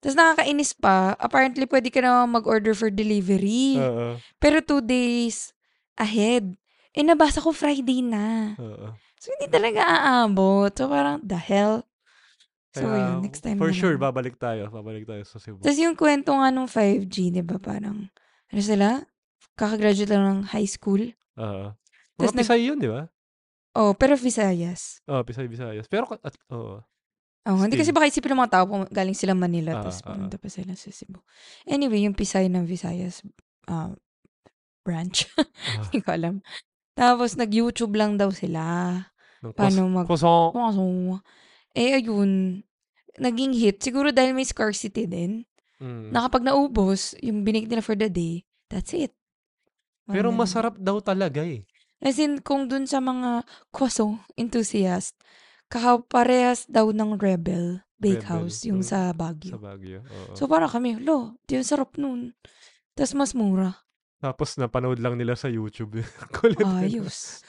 [SPEAKER 3] Tapos nakakainis pa. Apparently, pwede ka na mag-order for delivery.
[SPEAKER 2] Oo,
[SPEAKER 3] Pero two days ahead. Eh, nabasa ko Friday na.
[SPEAKER 2] oo.
[SPEAKER 3] So, hindi talaga aabot. So, parang, the hell? So,
[SPEAKER 2] Kaya,
[SPEAKER 3] yun, next time
[SPEAKER 2] For
[SPEAKER 3] na
[SPEAKER 2] sure,
[SPEAKER 3] lang.
[SPEAKER 2] babalik tayo. Babalik tayo sa Cebu.
[SPEAKER 3] Tapos yung kwento nga nung 5G, di ba, parang, ano sila? Kakagraduate lang ng high school.
[SPEAKER 2] Oo. Mga
[SPEAKER 3] Tas nag-
[SPEAKER 2] Pisay yun, di ba?
[SPEAKER 3] Oh, pero Visayas.
[SPEAKER 2] Oo, Pisay, Visayas. Pero, ka- at, oo.
[SPEAKER 3] Oh, hindi kasi
[SPEAKER 2] Still.
[SPEAKER 3] baka isipin ng mga tao kung galing sila Manila
[SPEAKER 2] Ah,
[SPEAKER 3] tapos
[SPEAKER 2] ah, ah.
[SPEAKER 3] pumunta pa sila sa Cebu. Anyway, yung Pisay ng Visayas ah, branch.
[SPEAKER 2] ah,
[SPEAKER 3] Hindi ko alam. Tapos nag-YouTube lang daw sila.
[SPEAKER 2] ng
[SPEAKER 3] Paano
[SPEAKER 2] kos-
[SPEAKER 3] mag-
[SPEAKER 2] Kosong.
[SPEAKER 3] Kaso, eh ayun, naging hit. Siguro dahil may scarcity din.
[SPEAKER 2] Mm.
[SPEAKER 3] Na kapag naubos, yung binig nila for the day, that's it. Parang
[SPEAKER 2] Pero
[SPEAKER 3] ganun.
[SPEAKER 2] masarap daw talaga eh.
[SPEAKER 3] As in, kung dun sa mga kwaso enthusiast, kakaparehas daw ng Rebel Bakehouse,
[SPEAKER 2] Rebel,
[SPEAKER 3] yung
[SPEAKER 2] mm,
[SPEAKER 3] sa
[SPEAKER 2] Sa
[SPEAKER 3] Baguio.
[SPEAKER 2] Baguio. Oo.
[SPEAKER 3] So parang kami, lo, di yung sarap nun. Tapos mas mura.
[SPEAKER 2] Tapos napanood lang nila sa YouTube.
[SPEAKER 3] Ah.
[SPEAKER 2] Kulit.
[SPEAKER 3] Ayos.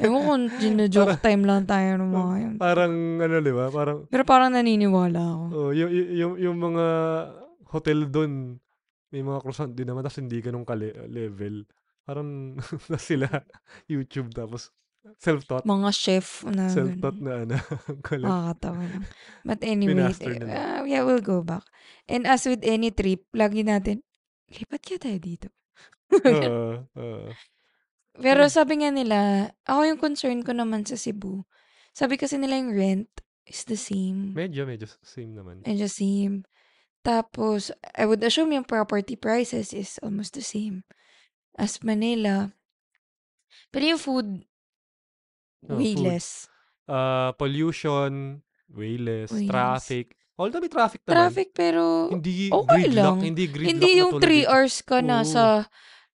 [SPEAKER 3] Ewan ko kung ginajoke time lang tayo ng mga yun.
[SPEAKER 2] Parang, ano, di ba? Parang,
[SPEAKER 3] Pero parang naniniwala ako.
[SPEAKER 2] Oh, yung, yung, yung, yung mga hotel doon, may mga croissant din naman, tapos hindi ganun ka-level. Parang na sila, YouTube, tapos self-taught.
[SPEAKER 3] Mga chef na
[SPEAKER 2] self-taught
[SPEAKER 3] ganun. Oh.
[SPEAKER 2] na ano. ang kulit.
[SPEAKER 3] Nakakatawa lang. But anyway,
[SPEAKER 2] Pinaster na lang.
[SPEAKER 3] uh, yeah, we'll go back. And as with any trip, lagi natin, lipat kaya tayo dito.
[SPEAKER 2] Oo, oo. Hmm.
[SPEAKER 3] Pero sabi nga nila, ako yung concern ko naman sa Cebu. Sabi kasi nila yung rent is the same.
[SPEAKER 2] medyo, medyo same naman.
[SPEAKER 3] And the same. Tapos, I would assume yung property prices is almost the same as Manila. Pero yung food,
[SPEAKER 2] Oh,
[SPEAKER 3] way
[SPEAKER 2] food.
[SPEAKER 3] less.
[SPEAKER 2] Uh, pollution, way less,
[SPEAKER 3] Way less.
[SPEAKER 2] traffic. Although may traffic naman.
[SPEAKER 3] Traffic pero
[SPEAKER 2] Hindi
[SPEAKER 3] okay
[SPEAKER 2] gridlock.
[SPEAKER 3] lang.
[SPEAKER 2] Hindi gridlock
[SPEAKER 3] Hindi
[SPEAKER 2] na
[SPEAKER 3] yung
[SPEAKER 2] tulad
[SPEAKER 3] 3
[SPEAKER 2] dito.
[SPEAKER 3] hours ka na
[SPEAKER 2] Oo.
[SPEAKER 3] sa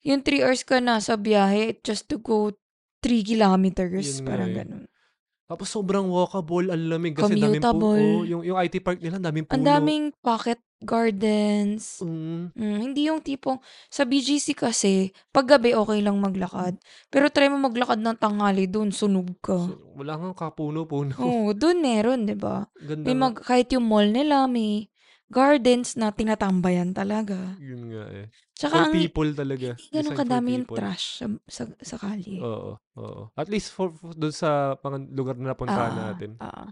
[SPEAKER 3] yung 3 hours ka na sa biyahe just to go 3 kilometers
[SPEAKER 2] Yun nga
[SPEAKER 3] parang
[SPEAKER 2] eh.
[SPEAKER 3] ganun.
[SPEAKER 2] Tapos sobrang walkable, ang lamig kasi daming puno.
[SPEAKER 3] Commutable.
[SPEAKER 2] Yung, yung IT park nila, daming puno.
[SPEAKER 3] Ang daming pocket gardens.
[SPEAKER 2] Mm,
[SPEAKER 3] Mm, hindi yung tipong, sa BGC kasi, paggabi okay lang maglakad.
[SPEAKER 2] Hmm.
[SPEAKER 3] Pero try mo maglakad ng tanghali doon, sunog ka.
[SPEAKER 2] so, wala nga kapuno-puno.
[SPEAKER 3] Oh. Oo, doon meron, di ba?
[SPEAKER 2] Ganda
[SPEAKER 3] May
[SPEAKER 2] nga.
[SPEAKER 3] mag, kahit yung mall nila, may gardens na tinatambayan talaga.
[SPEAKER 2] Yun nga eh. For
[SPEAKER 3] Tsaka ang,
[SPEAKER 2] people talaga.
[SPEAKER 3] hindi ganun
[SPEAKER 2] Designed for
[SPEAKER 3] kadami yung
[SPEAKER 2] people. Oh,
[SPEAKER 3] trash sa, sa, sa kalye.
[SPEAKER 2] Oo, oo. At least for, for doon sa mga lugar na napuntahan
[SPEAKER 3] Ah,
[SPEAKER 2] natin.
[SPEAKER 3] ah.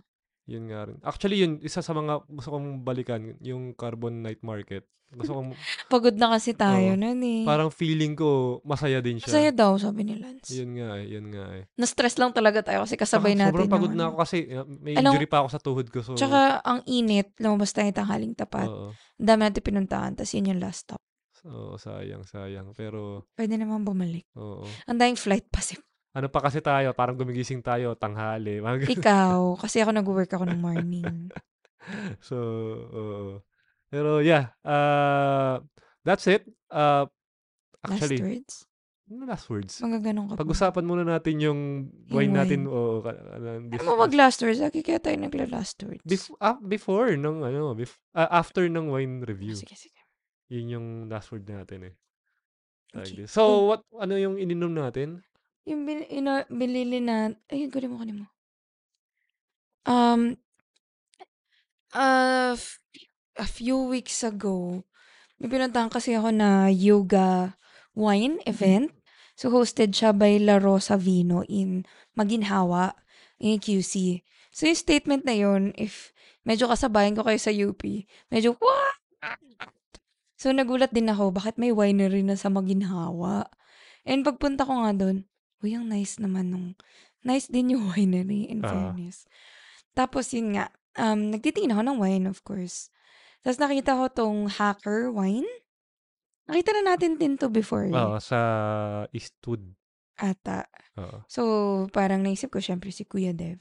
[SPEAKER 2] Yun nga rin. Actually, yun, isa sa mga gusto kong balikan, yung Carbon Night Market. Gusto kong,
[SPEAKER 3] Pagod na kasi tayo
[SPEAKER 2] Oo.
[SPEAKER 3] nun eh.
[SPEAKER 2] parang feeling ko, masaya din siya.
[SPEAKER 3] Masaya daw, sabi ni Lance.
[SPEAKER 2] Yun nga eh, yun nga eh.
[SPEAKER 3] Na-stress lang talaga tayo kasi kasabay
[SPEAKER 2] Saka
[SPEAKER 3] natin.
[SPEAKER 2] Sobrang
[SPEAKER 3] ng
[SPEAKER 2] pagod na
[SPEAKER 3] ano.
[SPEAKER 2] ako kasi uh, may
[SPEAKER 3] Alam-
[SPEAKER 2] injury pa ako sa tuhod ko. So,
[SPEAKER 3] Tsaka ang init, lumabas tayo tanghaling tapat.
[SPEAKER 2] oo,
[SPEAKER 3] Ang dami natin pinuntahan, tapos yun yung last stop.
[SPEAKER 2] oo, sayang, sayang. Pero,
[SPEAKER 3] Pwede naman bumalik.
[SPEAKER 2] oo.
[SPEAKER 3] Ang daming flight pa si
[SPEAKER 2] Ano pa kasi tayo, parang gumigising tayo, tanghali. Mga ganun.
[SPEAKER 3] Ikaw, kasi ako nag-work ako ng morning.
[SPEAKER 2] So, oo. Pero yeah, uh, that's it. Uh,
[SPEAKER 3] Last
[SPEAKER 2] actually,
[SPEAKER 3] words?
[SPEAKER 2] ano last words.
[SPEAKER 3] Magaganon ka pa.
[SPEAKER 2] Pag-usapan muna natin yung
[SPEAKER 3] Yung
[SPEAKER 2] wine natin.
[SPEAKER 3] wine.
[SPEAKER 2] Oo, ka- ano,
[SPEAKER 3] Ano
[SPEAKER 2] dis-
[SPEAKER 3] mo wag last words? Lagi kaya tayo nagla-last words.
[SPEAKER 2] bef- ah, before ng ano, bef- ah, after ng wine
[SPEAKER 3] Ah,
[SPEAKER 2] review.
[SPEAKER 3] Sige, sige.
[SPEAKER 2] Yun yung last word natin eh. Like
[SPEAKER 3] Okay.
[SPEAKER 2] this. So, what ano yung ininom natin?
[SPEAKER 3] Yung bin, ina, binili na, ay, guli mo, kunin mo. Um, uh, f- a few weeks ago, may pinuntahan kasi ako na yoga wine event. So, hosted siya by La Rosa Vino in Maginhawa, in QC. So, yung statement na yun, if medyo kasabayan ko kayo sa UP, medyo, what? So, nagulat din ako, bakit may winery na sa Maginhawa? And pagpunta ko nga doon, uy, ang nice naman nung, nice din yung winery, in
[SPEAKER 2] Ah.
[SPEAKER 3] fairness. Tapos yun nga, um, nagtitingin ako ng wine, of course. Tapos nakita ko tong hacker wine. Nakita na natin din to before, eh,
[SPEAKER 2] Ah, sa Eastwood.
[SPEAKER 3] ata.
[SPEAKER 2] Oo.
[SPEAKER 3] So, parang naisip ko, syempre, si Kuya Dev.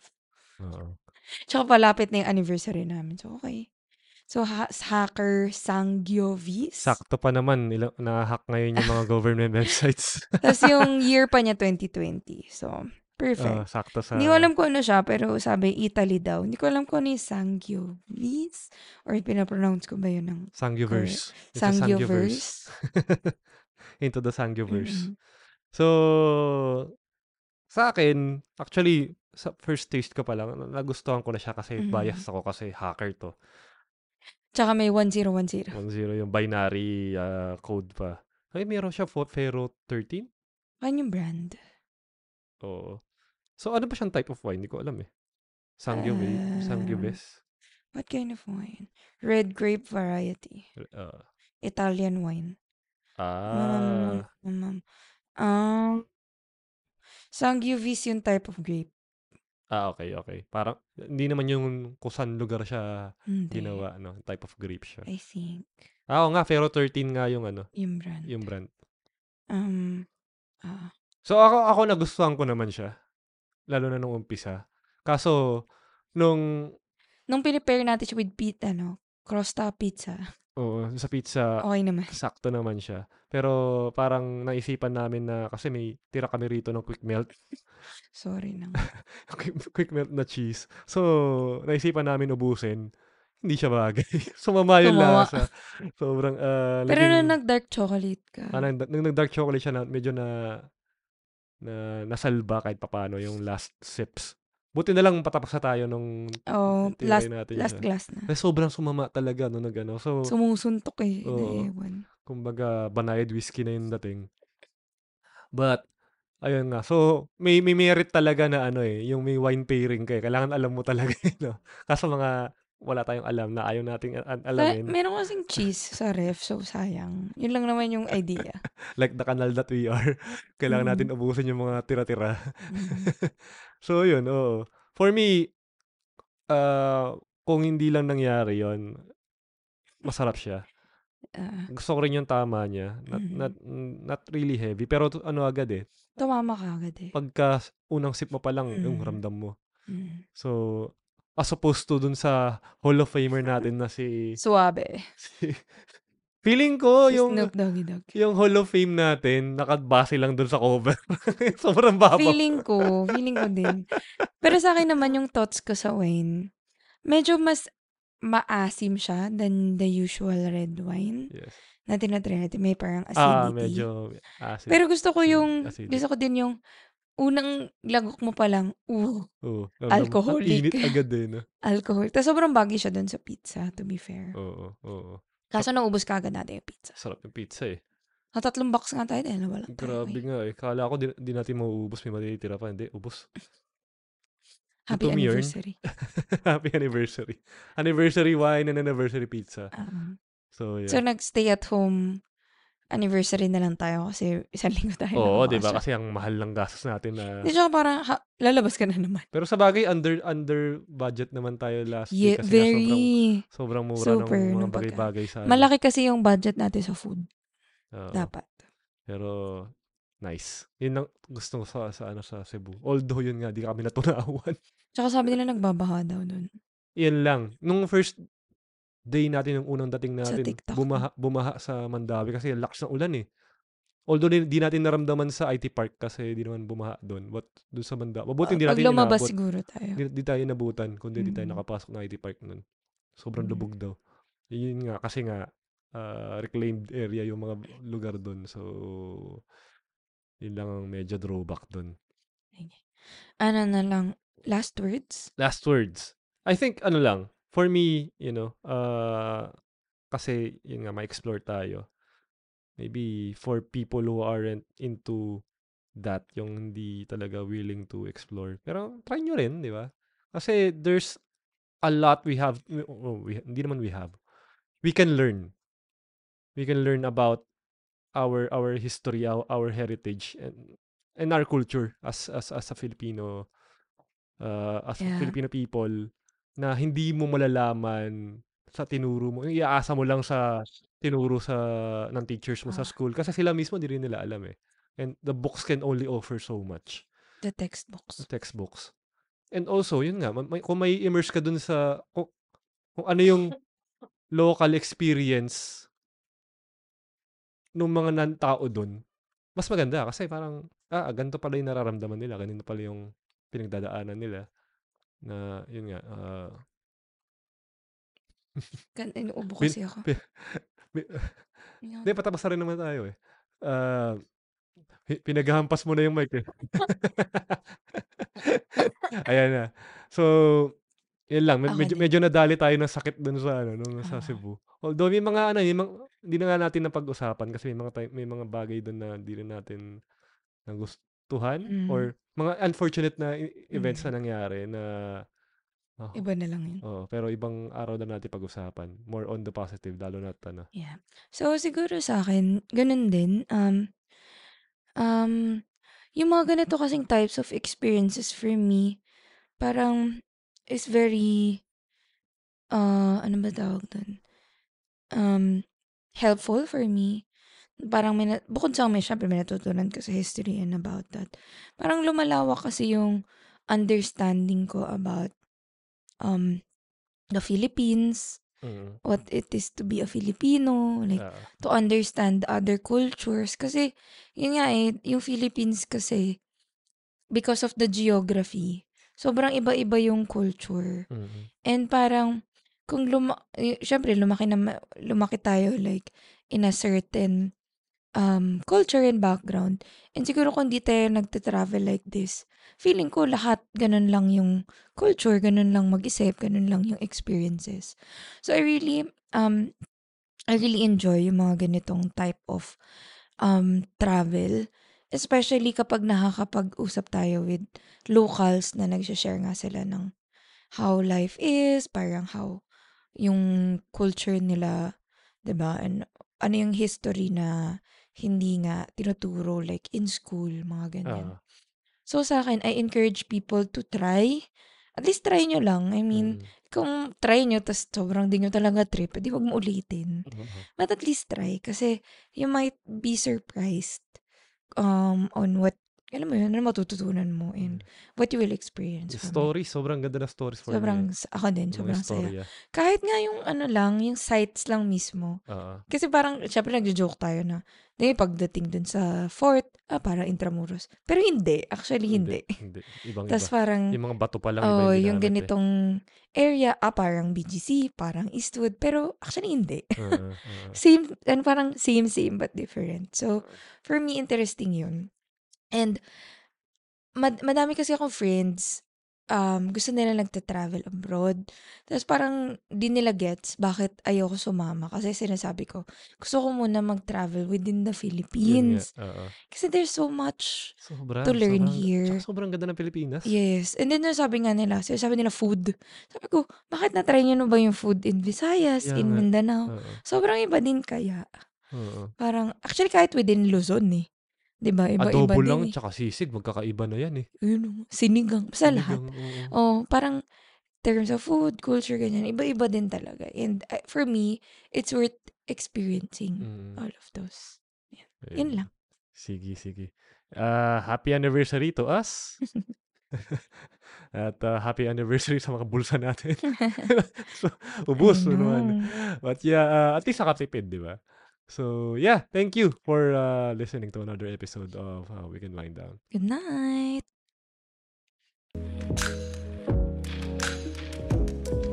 [SPEAKER 2] oo.
[SPEAKER 3] Tsaka palapit na yung anniversary namin. So, okay. So, ha- hacker Sangyovis.
[SPEAKER 2] Sakto pa naman, ilang, nahahack ngayon yung mga government websites.
[SPEAKER 3] Tapos yung year pa niya, 2020. So, perfect.
[SPEAKER 2] Ah, sakto sa...
[SPEAKER 3] Hindi ko alam kung ano siya, pero sabi Italy daw. Hindi ko alam kung ano yung Sangiovese or pinapronounce ko ba yun ng
[SPEAKER 2] Sangiovese. It's a
[SPEAKER 3] Sangiovese.
[SPEAKER 2] Into the Sangioverse.
[SPEAKER 3] Mm-mm.
[SPEAKER 2] So, sa akin, actually, sa first taste ko pa lang, na- nagustuhan ko na siya kasi
[SPEAKER 3] Mhm.
[SPEAKER 2] bias ako kasi hacker to.
[SPEAKER 3] Tsaka may 1010.
[SPEAKER 2] 1-0 yung binary ah, code pa. Ay, meron siya for Fero 13?
[SPEAKER 3] Ano yung brand?
[SPEAKER 2] Oo. So, ano ba siyang type of wine? Hindi ko alam eh. Sangiovese.
[SPEAKER 3] Ah.
[SPEAKER 2] Sangiovese.
[SPEAKER 3] What kind of wine? Red grape variety.
[SPEAKER 2] Ah,
[SPEAKER 3] Italian wine.
[SPEAKER 2] ah.
[SPEAKER 3] Um, um, um, Sangiovese yung type of grape.
[SPEAKER 2] Ah, okay, okay. Parang, hindi naman yung kung saan lugar siya
[SPEAKER 3] Hindi.
[SPEAKER 2] ginawa, no? Type of grape siya.
[SPEAKER 3] I think.
[SPEAKER 2] Ah, oo nga, Fero 13 nga yung ano,
[SPEAKER 3] Yung brand.
[SPEAKER 2] yung brand.
[SPEAKER 3] Um, ah,
[SPEAKER 2] So ako ako nagustuhan ko naman siya. Lalo na nung umpisa. Kaso nung
[SPEAKER 3] nung pinipair natin siya with pizza, no? Crosta pizza.
[SPEAKER 2] oo, sa pizza
[SPEAKER 3] Okay naman.
[SPEAKER 2] sakto naman siya. Pero parang naisipan namin na kasi may tira kami rito ng quick melt,
[SPEAKER 3] Sorry na. nga.
[SPEAKER 2] quick, quick melt na cheese. So naisipan namin ubusin. Hindi siya bagay. Sumama yung
[SPEAKER 3] Tumawa.
[SPEAKER 2] lasa. Sobrang ah,
[SPEAKER 3] Pero
[SPEAKER 2] naging-
[SPEAKER 3] nung nag-dark chocolate ka,
[SPEAKER 2] Ah, nang, nang nag-dark chocolate siya na medyo na na nasalba kahit papano yung last sips. Buti na lang patapos na tayo nung
[SPEAKER 3] oh,
[SPEAKER 2] tinry
[SPEAKER 3] last,
[SPEAKER 2] natin
[SPEAKER 3] last
[SPEAKER 2] siya.
[SPEAKER 3] glass na.
[SPEAKER 2] Kasi sobrang sumama talaga no nagano. So,
[SPEAKER 3] Sumusuntok eh.
[SPEAKER 2] Oo.
[SPEAKER 3] Naiiwan.
[SPEAKER 2] kumbaga banayad whiskey na yung dating. But ayun nga. So, may may merit talaga na ano eh, yung may wine pairing kay. Kailangan alam mo talaga eh, no. Kaso mga wala tayong alam na ayaw nating a- a-
[SPEAKER 3] Sa,
[SPEAKER 2] alamin.
[SPEAKER 3] meron kasing cheese sa ref, so sayang. Yun lang naman yung idea.
[SPEAKER 2] like the canal that we are. Kailangan
[SPEAKER 3] Mm.
[SPEAKER 2] natin ubusin yung mga tira-tira.
[SPEAKER 3] Mhm.
[SPEAKER 2] so, yun, oo. For me, uh, kung hindi lang nangyari yon masarap siya.
[SPEAKER 3] Ah,
[SPEAKER 2] Gusto ko rin yung tama niya. Not,
[SPEAKER 3] Mhm.
[SPEAKER 2] not, mm, not really heavy. Pero to- ano agad eh,
[SPEAKER 3] tumama ka agad eh.
[SPEAKER 2] pagka s- unang sip mo pa lang, yung
[SPEAKER 3] Mhm.
[SPEAKER 2] ramdam mo.
[SPEAKER 3] Mm.
[SPEAKER 2] So, as opposed to dun sa Hall of Famer natin na si,
[SPEAKER 3] Suwabe.
[SPEAKER 2] si, Feeling ko,
[SPEAKER 3] Si
[SPEAKER 2] yung,
[SPEAKER 3] Snoop Doggy Dogg.
[SPEAKER 2] yung Hall of Fame natin, nakabase lang dun sa cover. Sobrang baba.
[SPEAKER 3] Feeling ko, feeling ko din. Pero sa akin naman yung thoughts ko sa wine, medyo mas maasim siya than the usual red wine
[SPEAKER 2] yes.
[SPEAKER 3] na tinatry natin. May parang acidity.
[SPEAKER 2] Ah, medyo acid.
[SPEAKER 3] Pero gusto ko
[SPEAKER 2] acidic,
[SPEAKER 3] yung,
[SPEAKER 2] acidic.
[SPEAKER 3] gusto ko din yung unang lagok mo pa lang, uh,
[SPEAKER 2] Oo. Ang
[SPEAKER 3] alcoholic.
[SPEAKER 2] init agad din. ah.
[SPEAKER 3] alcohol. Tapos sobrang bagay siya dun sa pizza, to be fair.
[SPEAKER 2] Oo, oo.
[SPEAKER 3] Kaso naubos ka agad natin yung pizza.
[SPEAKER 2] Sarap yung pizza eh.
[SPEAKER 3] Na tatlong box nga tayo dahil wala tayo.
[SPEAKER 2] Grabe
[SPEAKER 3] eh.
[SPEAKER 2] nga eh. Kala ko di, di natin mauubos. May matitira pa. Hindi, ubos.
[SPEAKER 3] Happy
[SPEAKER 2] Gutom yun.
[SPEAKER 3] anniversary.
[SPEAKER 2] Happy anniversary. Anniversary wine and anniversary pizza.
[SPEAKER 3] Ah.
[SPEAKER 2] So, yeah.
[SPEAKER 3] So, nag-stay at home anniversary na lang tayo kasi isang linggo tayo.
[SPEAKER 2] Oo,
[SPEAKER 3] nakabasa.
[SPEAKER 2] di ba? Kasi ang mahal ng gastos natin na...
[SPEAKER 3] Hindi siya parang, ha, lalabas ka na naman.
[SPEAKER 2] Pero sa bagay, under under budget naman tayo last
[SPEAKER 3] Yeah,
[SPEAKER 2] week. Kasi nga sobrang,
[SPEAKER 3] very.
[SPEAKER 2] sobrang mura
[SPEAKER 3] Super,
[SPEAKER 2] ng mga
[SPEAKER 3] nung pagka-
[SPEAKER 2] bagay-bagay sa... ano.
[SPEAKER 3] Malaki kasi yung budget natin sa food.
[SPEAKER 2] Oo.
[SPEAKER 3] Dapat.
[SPEAKER 2] Pero nice. Yun ang gusto ko sa, sa, ano, sa Cebu. Although yun nga, di kami natunawan.
[SPEAKER 3] Tsaka sabi nila nagbabaha daw dun.
[SPEAKER 2] Yan lang. Nung first day natin, yung unang dating
[SPEAKER 3] Sa
[SPEAKER 2] natin,
[SPEAKER 3] TikTok.
[SPEAKER 2] bumaha, bumaha sa Mandawi kasi lakas ng ulan eh. Although di, di natin naramdaman sa IT Park kasi di naman bumaha doon. But doon sa Mandawi. Mabuti hindi
[SPEAKER 3] Ah, Pag
[SPEAKER 2] natin
[SPEAKER 3] lumabas
[SPEAKER 2] inabot.
[SPEAKER 3] siguro tayo.
[SPEAKER 2] Di, di tayo nabutan kundi di tayo
[SPEAKER 3] Mm.
[SPEAKER 2] nakapasok ng IT Park noon. Sobrang
[SPEAKER 3] Mm.
[SPEAKER 2] lubog daw. Yun nga, kasi nga, ah, reclaimed area yung mga lugar doon. So, yun lang ang medyo drawback doon.
[SPEAKER 3] Ano na lang, last words?
[SPEAKER 2] last words. I think ano lang, for me, you know, uh kasi yun nga ma-explore tayo. Maybe for people who aren't into that, yung hindi talaga willing to explore. Pero try nyo rin, di ba? Kasi there's a lot we have, we, oh, we- hindi naman we have. We can learn. We can learn about our our history, our, our heritage, and and our culture as as as a Filipino uh, as
[SPEAKER 3] Yeah.
[SPEAKER 2] Filipino people na hindi mo malalaman sa tinuro mo. Yung iaasa mo lang sa tinuro sa ng teachers mo sa
[SPEAKER 3] Ah.
[SPEAKER 2] school kasi sila mismo hindi rin nila alam eh. And the books can only offer so much.
[SPEAKER 3] The text box.
[SPEAKER 2] the textbooks. And also, yun nga, ma- may, kung may immerse ka dun sa kung, kung ano yung local experience ng mga nan tao dun, mas maganda kasi parang ah, ganito pala yung nararamdaman nila, ganito pala yung pinagdadaanan nila na yun nga ah,
[SPEAKER 3] Gan- Inuubo
[SPEAKER 2] Bin-
[SPEAKER 3] kasi ako.
[SPEAKER 2] pi- bi-
[SPEAKER 3] Yun.
[SPEAKER 2] Hindi, patapos na rin naman tayo eh. Ah, pi- pinaghahampas mo na yung mic eh. Ayan na. So, yun lang. Med-
[SPEAKER 3] Ako
[SPEAKER 2] medyo,
[SPEAKER 3] din.
[SPEAKER 2] medyo nadali tayo ng sakit dun sa, ano, nung sa
[SPEAKER 3] Ah.
[SPEAKER 2] Cebu. Although may mga, ano, may mga, hindi na nga natin napag-usapan kasi may mga, time, may mga bagay dun na hindi na natin nagustuhan
[SPEAKER 3] Mm.
[SPEAKER 2] or mga unfortunate na i- events
[SPEAKER 3] Mm.
[SPEAKER 2] na nangyari na oh,
[SPEAKER 3] Iba na lang yun.
[SPEAKER 2] oh, pero ibang araw na natin pag-usapan. More on the positive, lalo na ano.
[SPEAKER 3] Yeah. So, siguro sa akin, ganun din. Um, um, yung mga ganito kasing types of experiences for me, parang, is very, uh, ano ba tawag dun? Um, helpful for me. Parang, may, na- bukod sa may, syempre, may natutunan ko sa history and about that. Parang lumalawak kasi yung understanding ko about, um, the Philippines,
[SPEAKER 2] Mm.
[SPEAKER 3] what it is to be a Filipino, like,
[SPEAKER 2] Ah.
[SPEAKER 3] to understand other cultures. Kasi, yun nga eh, yung Philippines kasi, because of the geography, sobrang iba-iba yung culture.
[SPEAKER 2] Mm.
[SPEAKER 3] And parang, kung luma, eh, syempre, lumaki, na, lumaki tayo like, in a certain um, culture and background. And siguro kung di tayo nagtitravel like this, feeling ko lahat ganun lang yung culture, ganun lang mag-isip, ganun lang yung experiences. So I really, um, I really enjoy yung mga ganitong type of um, travel. Especially kapag nakakapag-usap tayo with locals na nagsashare nga sila ng how life is, parang how yung culture nila, 'di ba And ano yung history na hindi nga tinuturo like in school, mga
[SPEAKER 2] Ah.
[SPEAKER 3] ganyan. So sa akin, I encourage people to try. At least try nyo lang. I
[SPEAKER 2] Mm.
[SPEAKER 3] mean, kung try nyo, tas sobrang di nyo talaga trip, edi huwag mo ulitin.
[SPEAKER 2] Oo.
[SPEAKER 3] But at least try kasi you might be surprised um on what alam mo yun, ano matututunan mo and
[SPEAKER 2] Mm.
[SPEAKER 3] what you will experience.
[SPEAKER 2] Yung
[SPEAKER 3] from it.
[SPEAKER 2] stories, sobrang ganda na stories for eh.
[SPEAKER 3] Sobrang,
[SPEAKER 2] me.
[SPEAKER 3] sa- ako din, sobrang saya.
[SPEAKER 2] saya.
[SPEAKER 3] Kahit nga yung ano lang, yung sites lang mismo.
[SPEAKER 2] Ah,
[SPEAKER 3] Kasi parang, syempre nagjo-joke tayo na, hindi pagdating dun sa fort, ah, para intramuros. Pero hindi, actually hindi.
[SPEAKER 2] hindi. Ibang
[SPEAKER 3] tas
[SPEAKER 2] iba.
[SPEAKER 3] parang,
[SPEAKER 2] Yung mga bato pa lang. iba
[SPEAKER 3] oh,
[SPEAKER 2] ginamit
[SPEAKER 3] yung
[SPEAKER 2] eh.
[SPEAKER 3] ganitong area, ah, parang BGC, parang Eastwood, pero actually hindi.
[SPEAKER 2] Oo, oo, oo.
[SPEAKER 3] same and parang same same but different. So for me interesting 'yun. And mad- madami kasi akong friends um gusto nila nagta-travel abroad. Tapos parang di nila gets bakit ayoko sumama kasi sinasabi ko gusto ko muna mag-travel within
[SPEAKER 2] Yun
[SPEAKER 3] the
[SPEAKER 2] nga,
[SPEAKER 3] Philippines
[SPEAKER 2] oo.
[SPEAKER 3] kasi there's so much.
[SPEAKER 2] Sobra,
[SPEAKER 3] To learn
[SPEAKER 2] sobrang-
[SPEAKER 3] here.
[SPEAKER 2] tsaka sobrang ganda ng Pilipinas.
[SPEAKER 3] Yes. And then sabi nga nila, sabi nila food. Sabi ko, bakit na-try niyo na ba yung food in Visayas,
[SPEAKER 2] Yeah Ah.
[SPEAKER 3] in
[SPEAKER 2] nga.
[SPEAKER 3] Mindanao?
[SPEAKER 2] Oo,
[SPEAKER 3] Sobrang iba din kaya.
[SPEAKER 2] oo.
[SPEAKER 3] Parang, actually kahit within Luzon eh. 'Di ba Iba-iba
[SPEAKER 2] Adobo
[SPEAKER 3] din
[SPEAKER 2] lang,
[SPEAKER 3] eh.
[SPEAKER 2] tsaka sisig. Magkakaiba na yan eh.
[SPEAKER 3] Yun, oh. sinigang. Basta lahat.
[SPEAKER 2] Talagang, oo.
[SPEAKER 3] Oh, parang terms of food, culture, ganyan. Iba-iba din talaga. And uh, for me, it's worth experiencing
[SPEAKER 2] Mm,
[SPEAKER 3] all of those.
[SPEAKER 2] ayun.
[SPEAKER 3] Yun lang.
[SPEAKER 2] Sige, sige. Ah, happy anniversary to us. At ah, happy anniversary sa mga bulsa natin. so, ubus mo
[SPEAKER 3] I
[SPEAKER 2] naman. But yeah, ah, at least nakatipid, di ba? So, yeah, thank you for ah, listening to another episode of ah, We Can Wind Down.
[SPEAKER 3] Good night.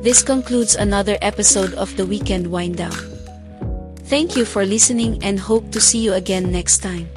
[SPEAKER 1] This concludes another episode of the Weekend Wind Down. Thank you for listening and hope to see you again next time.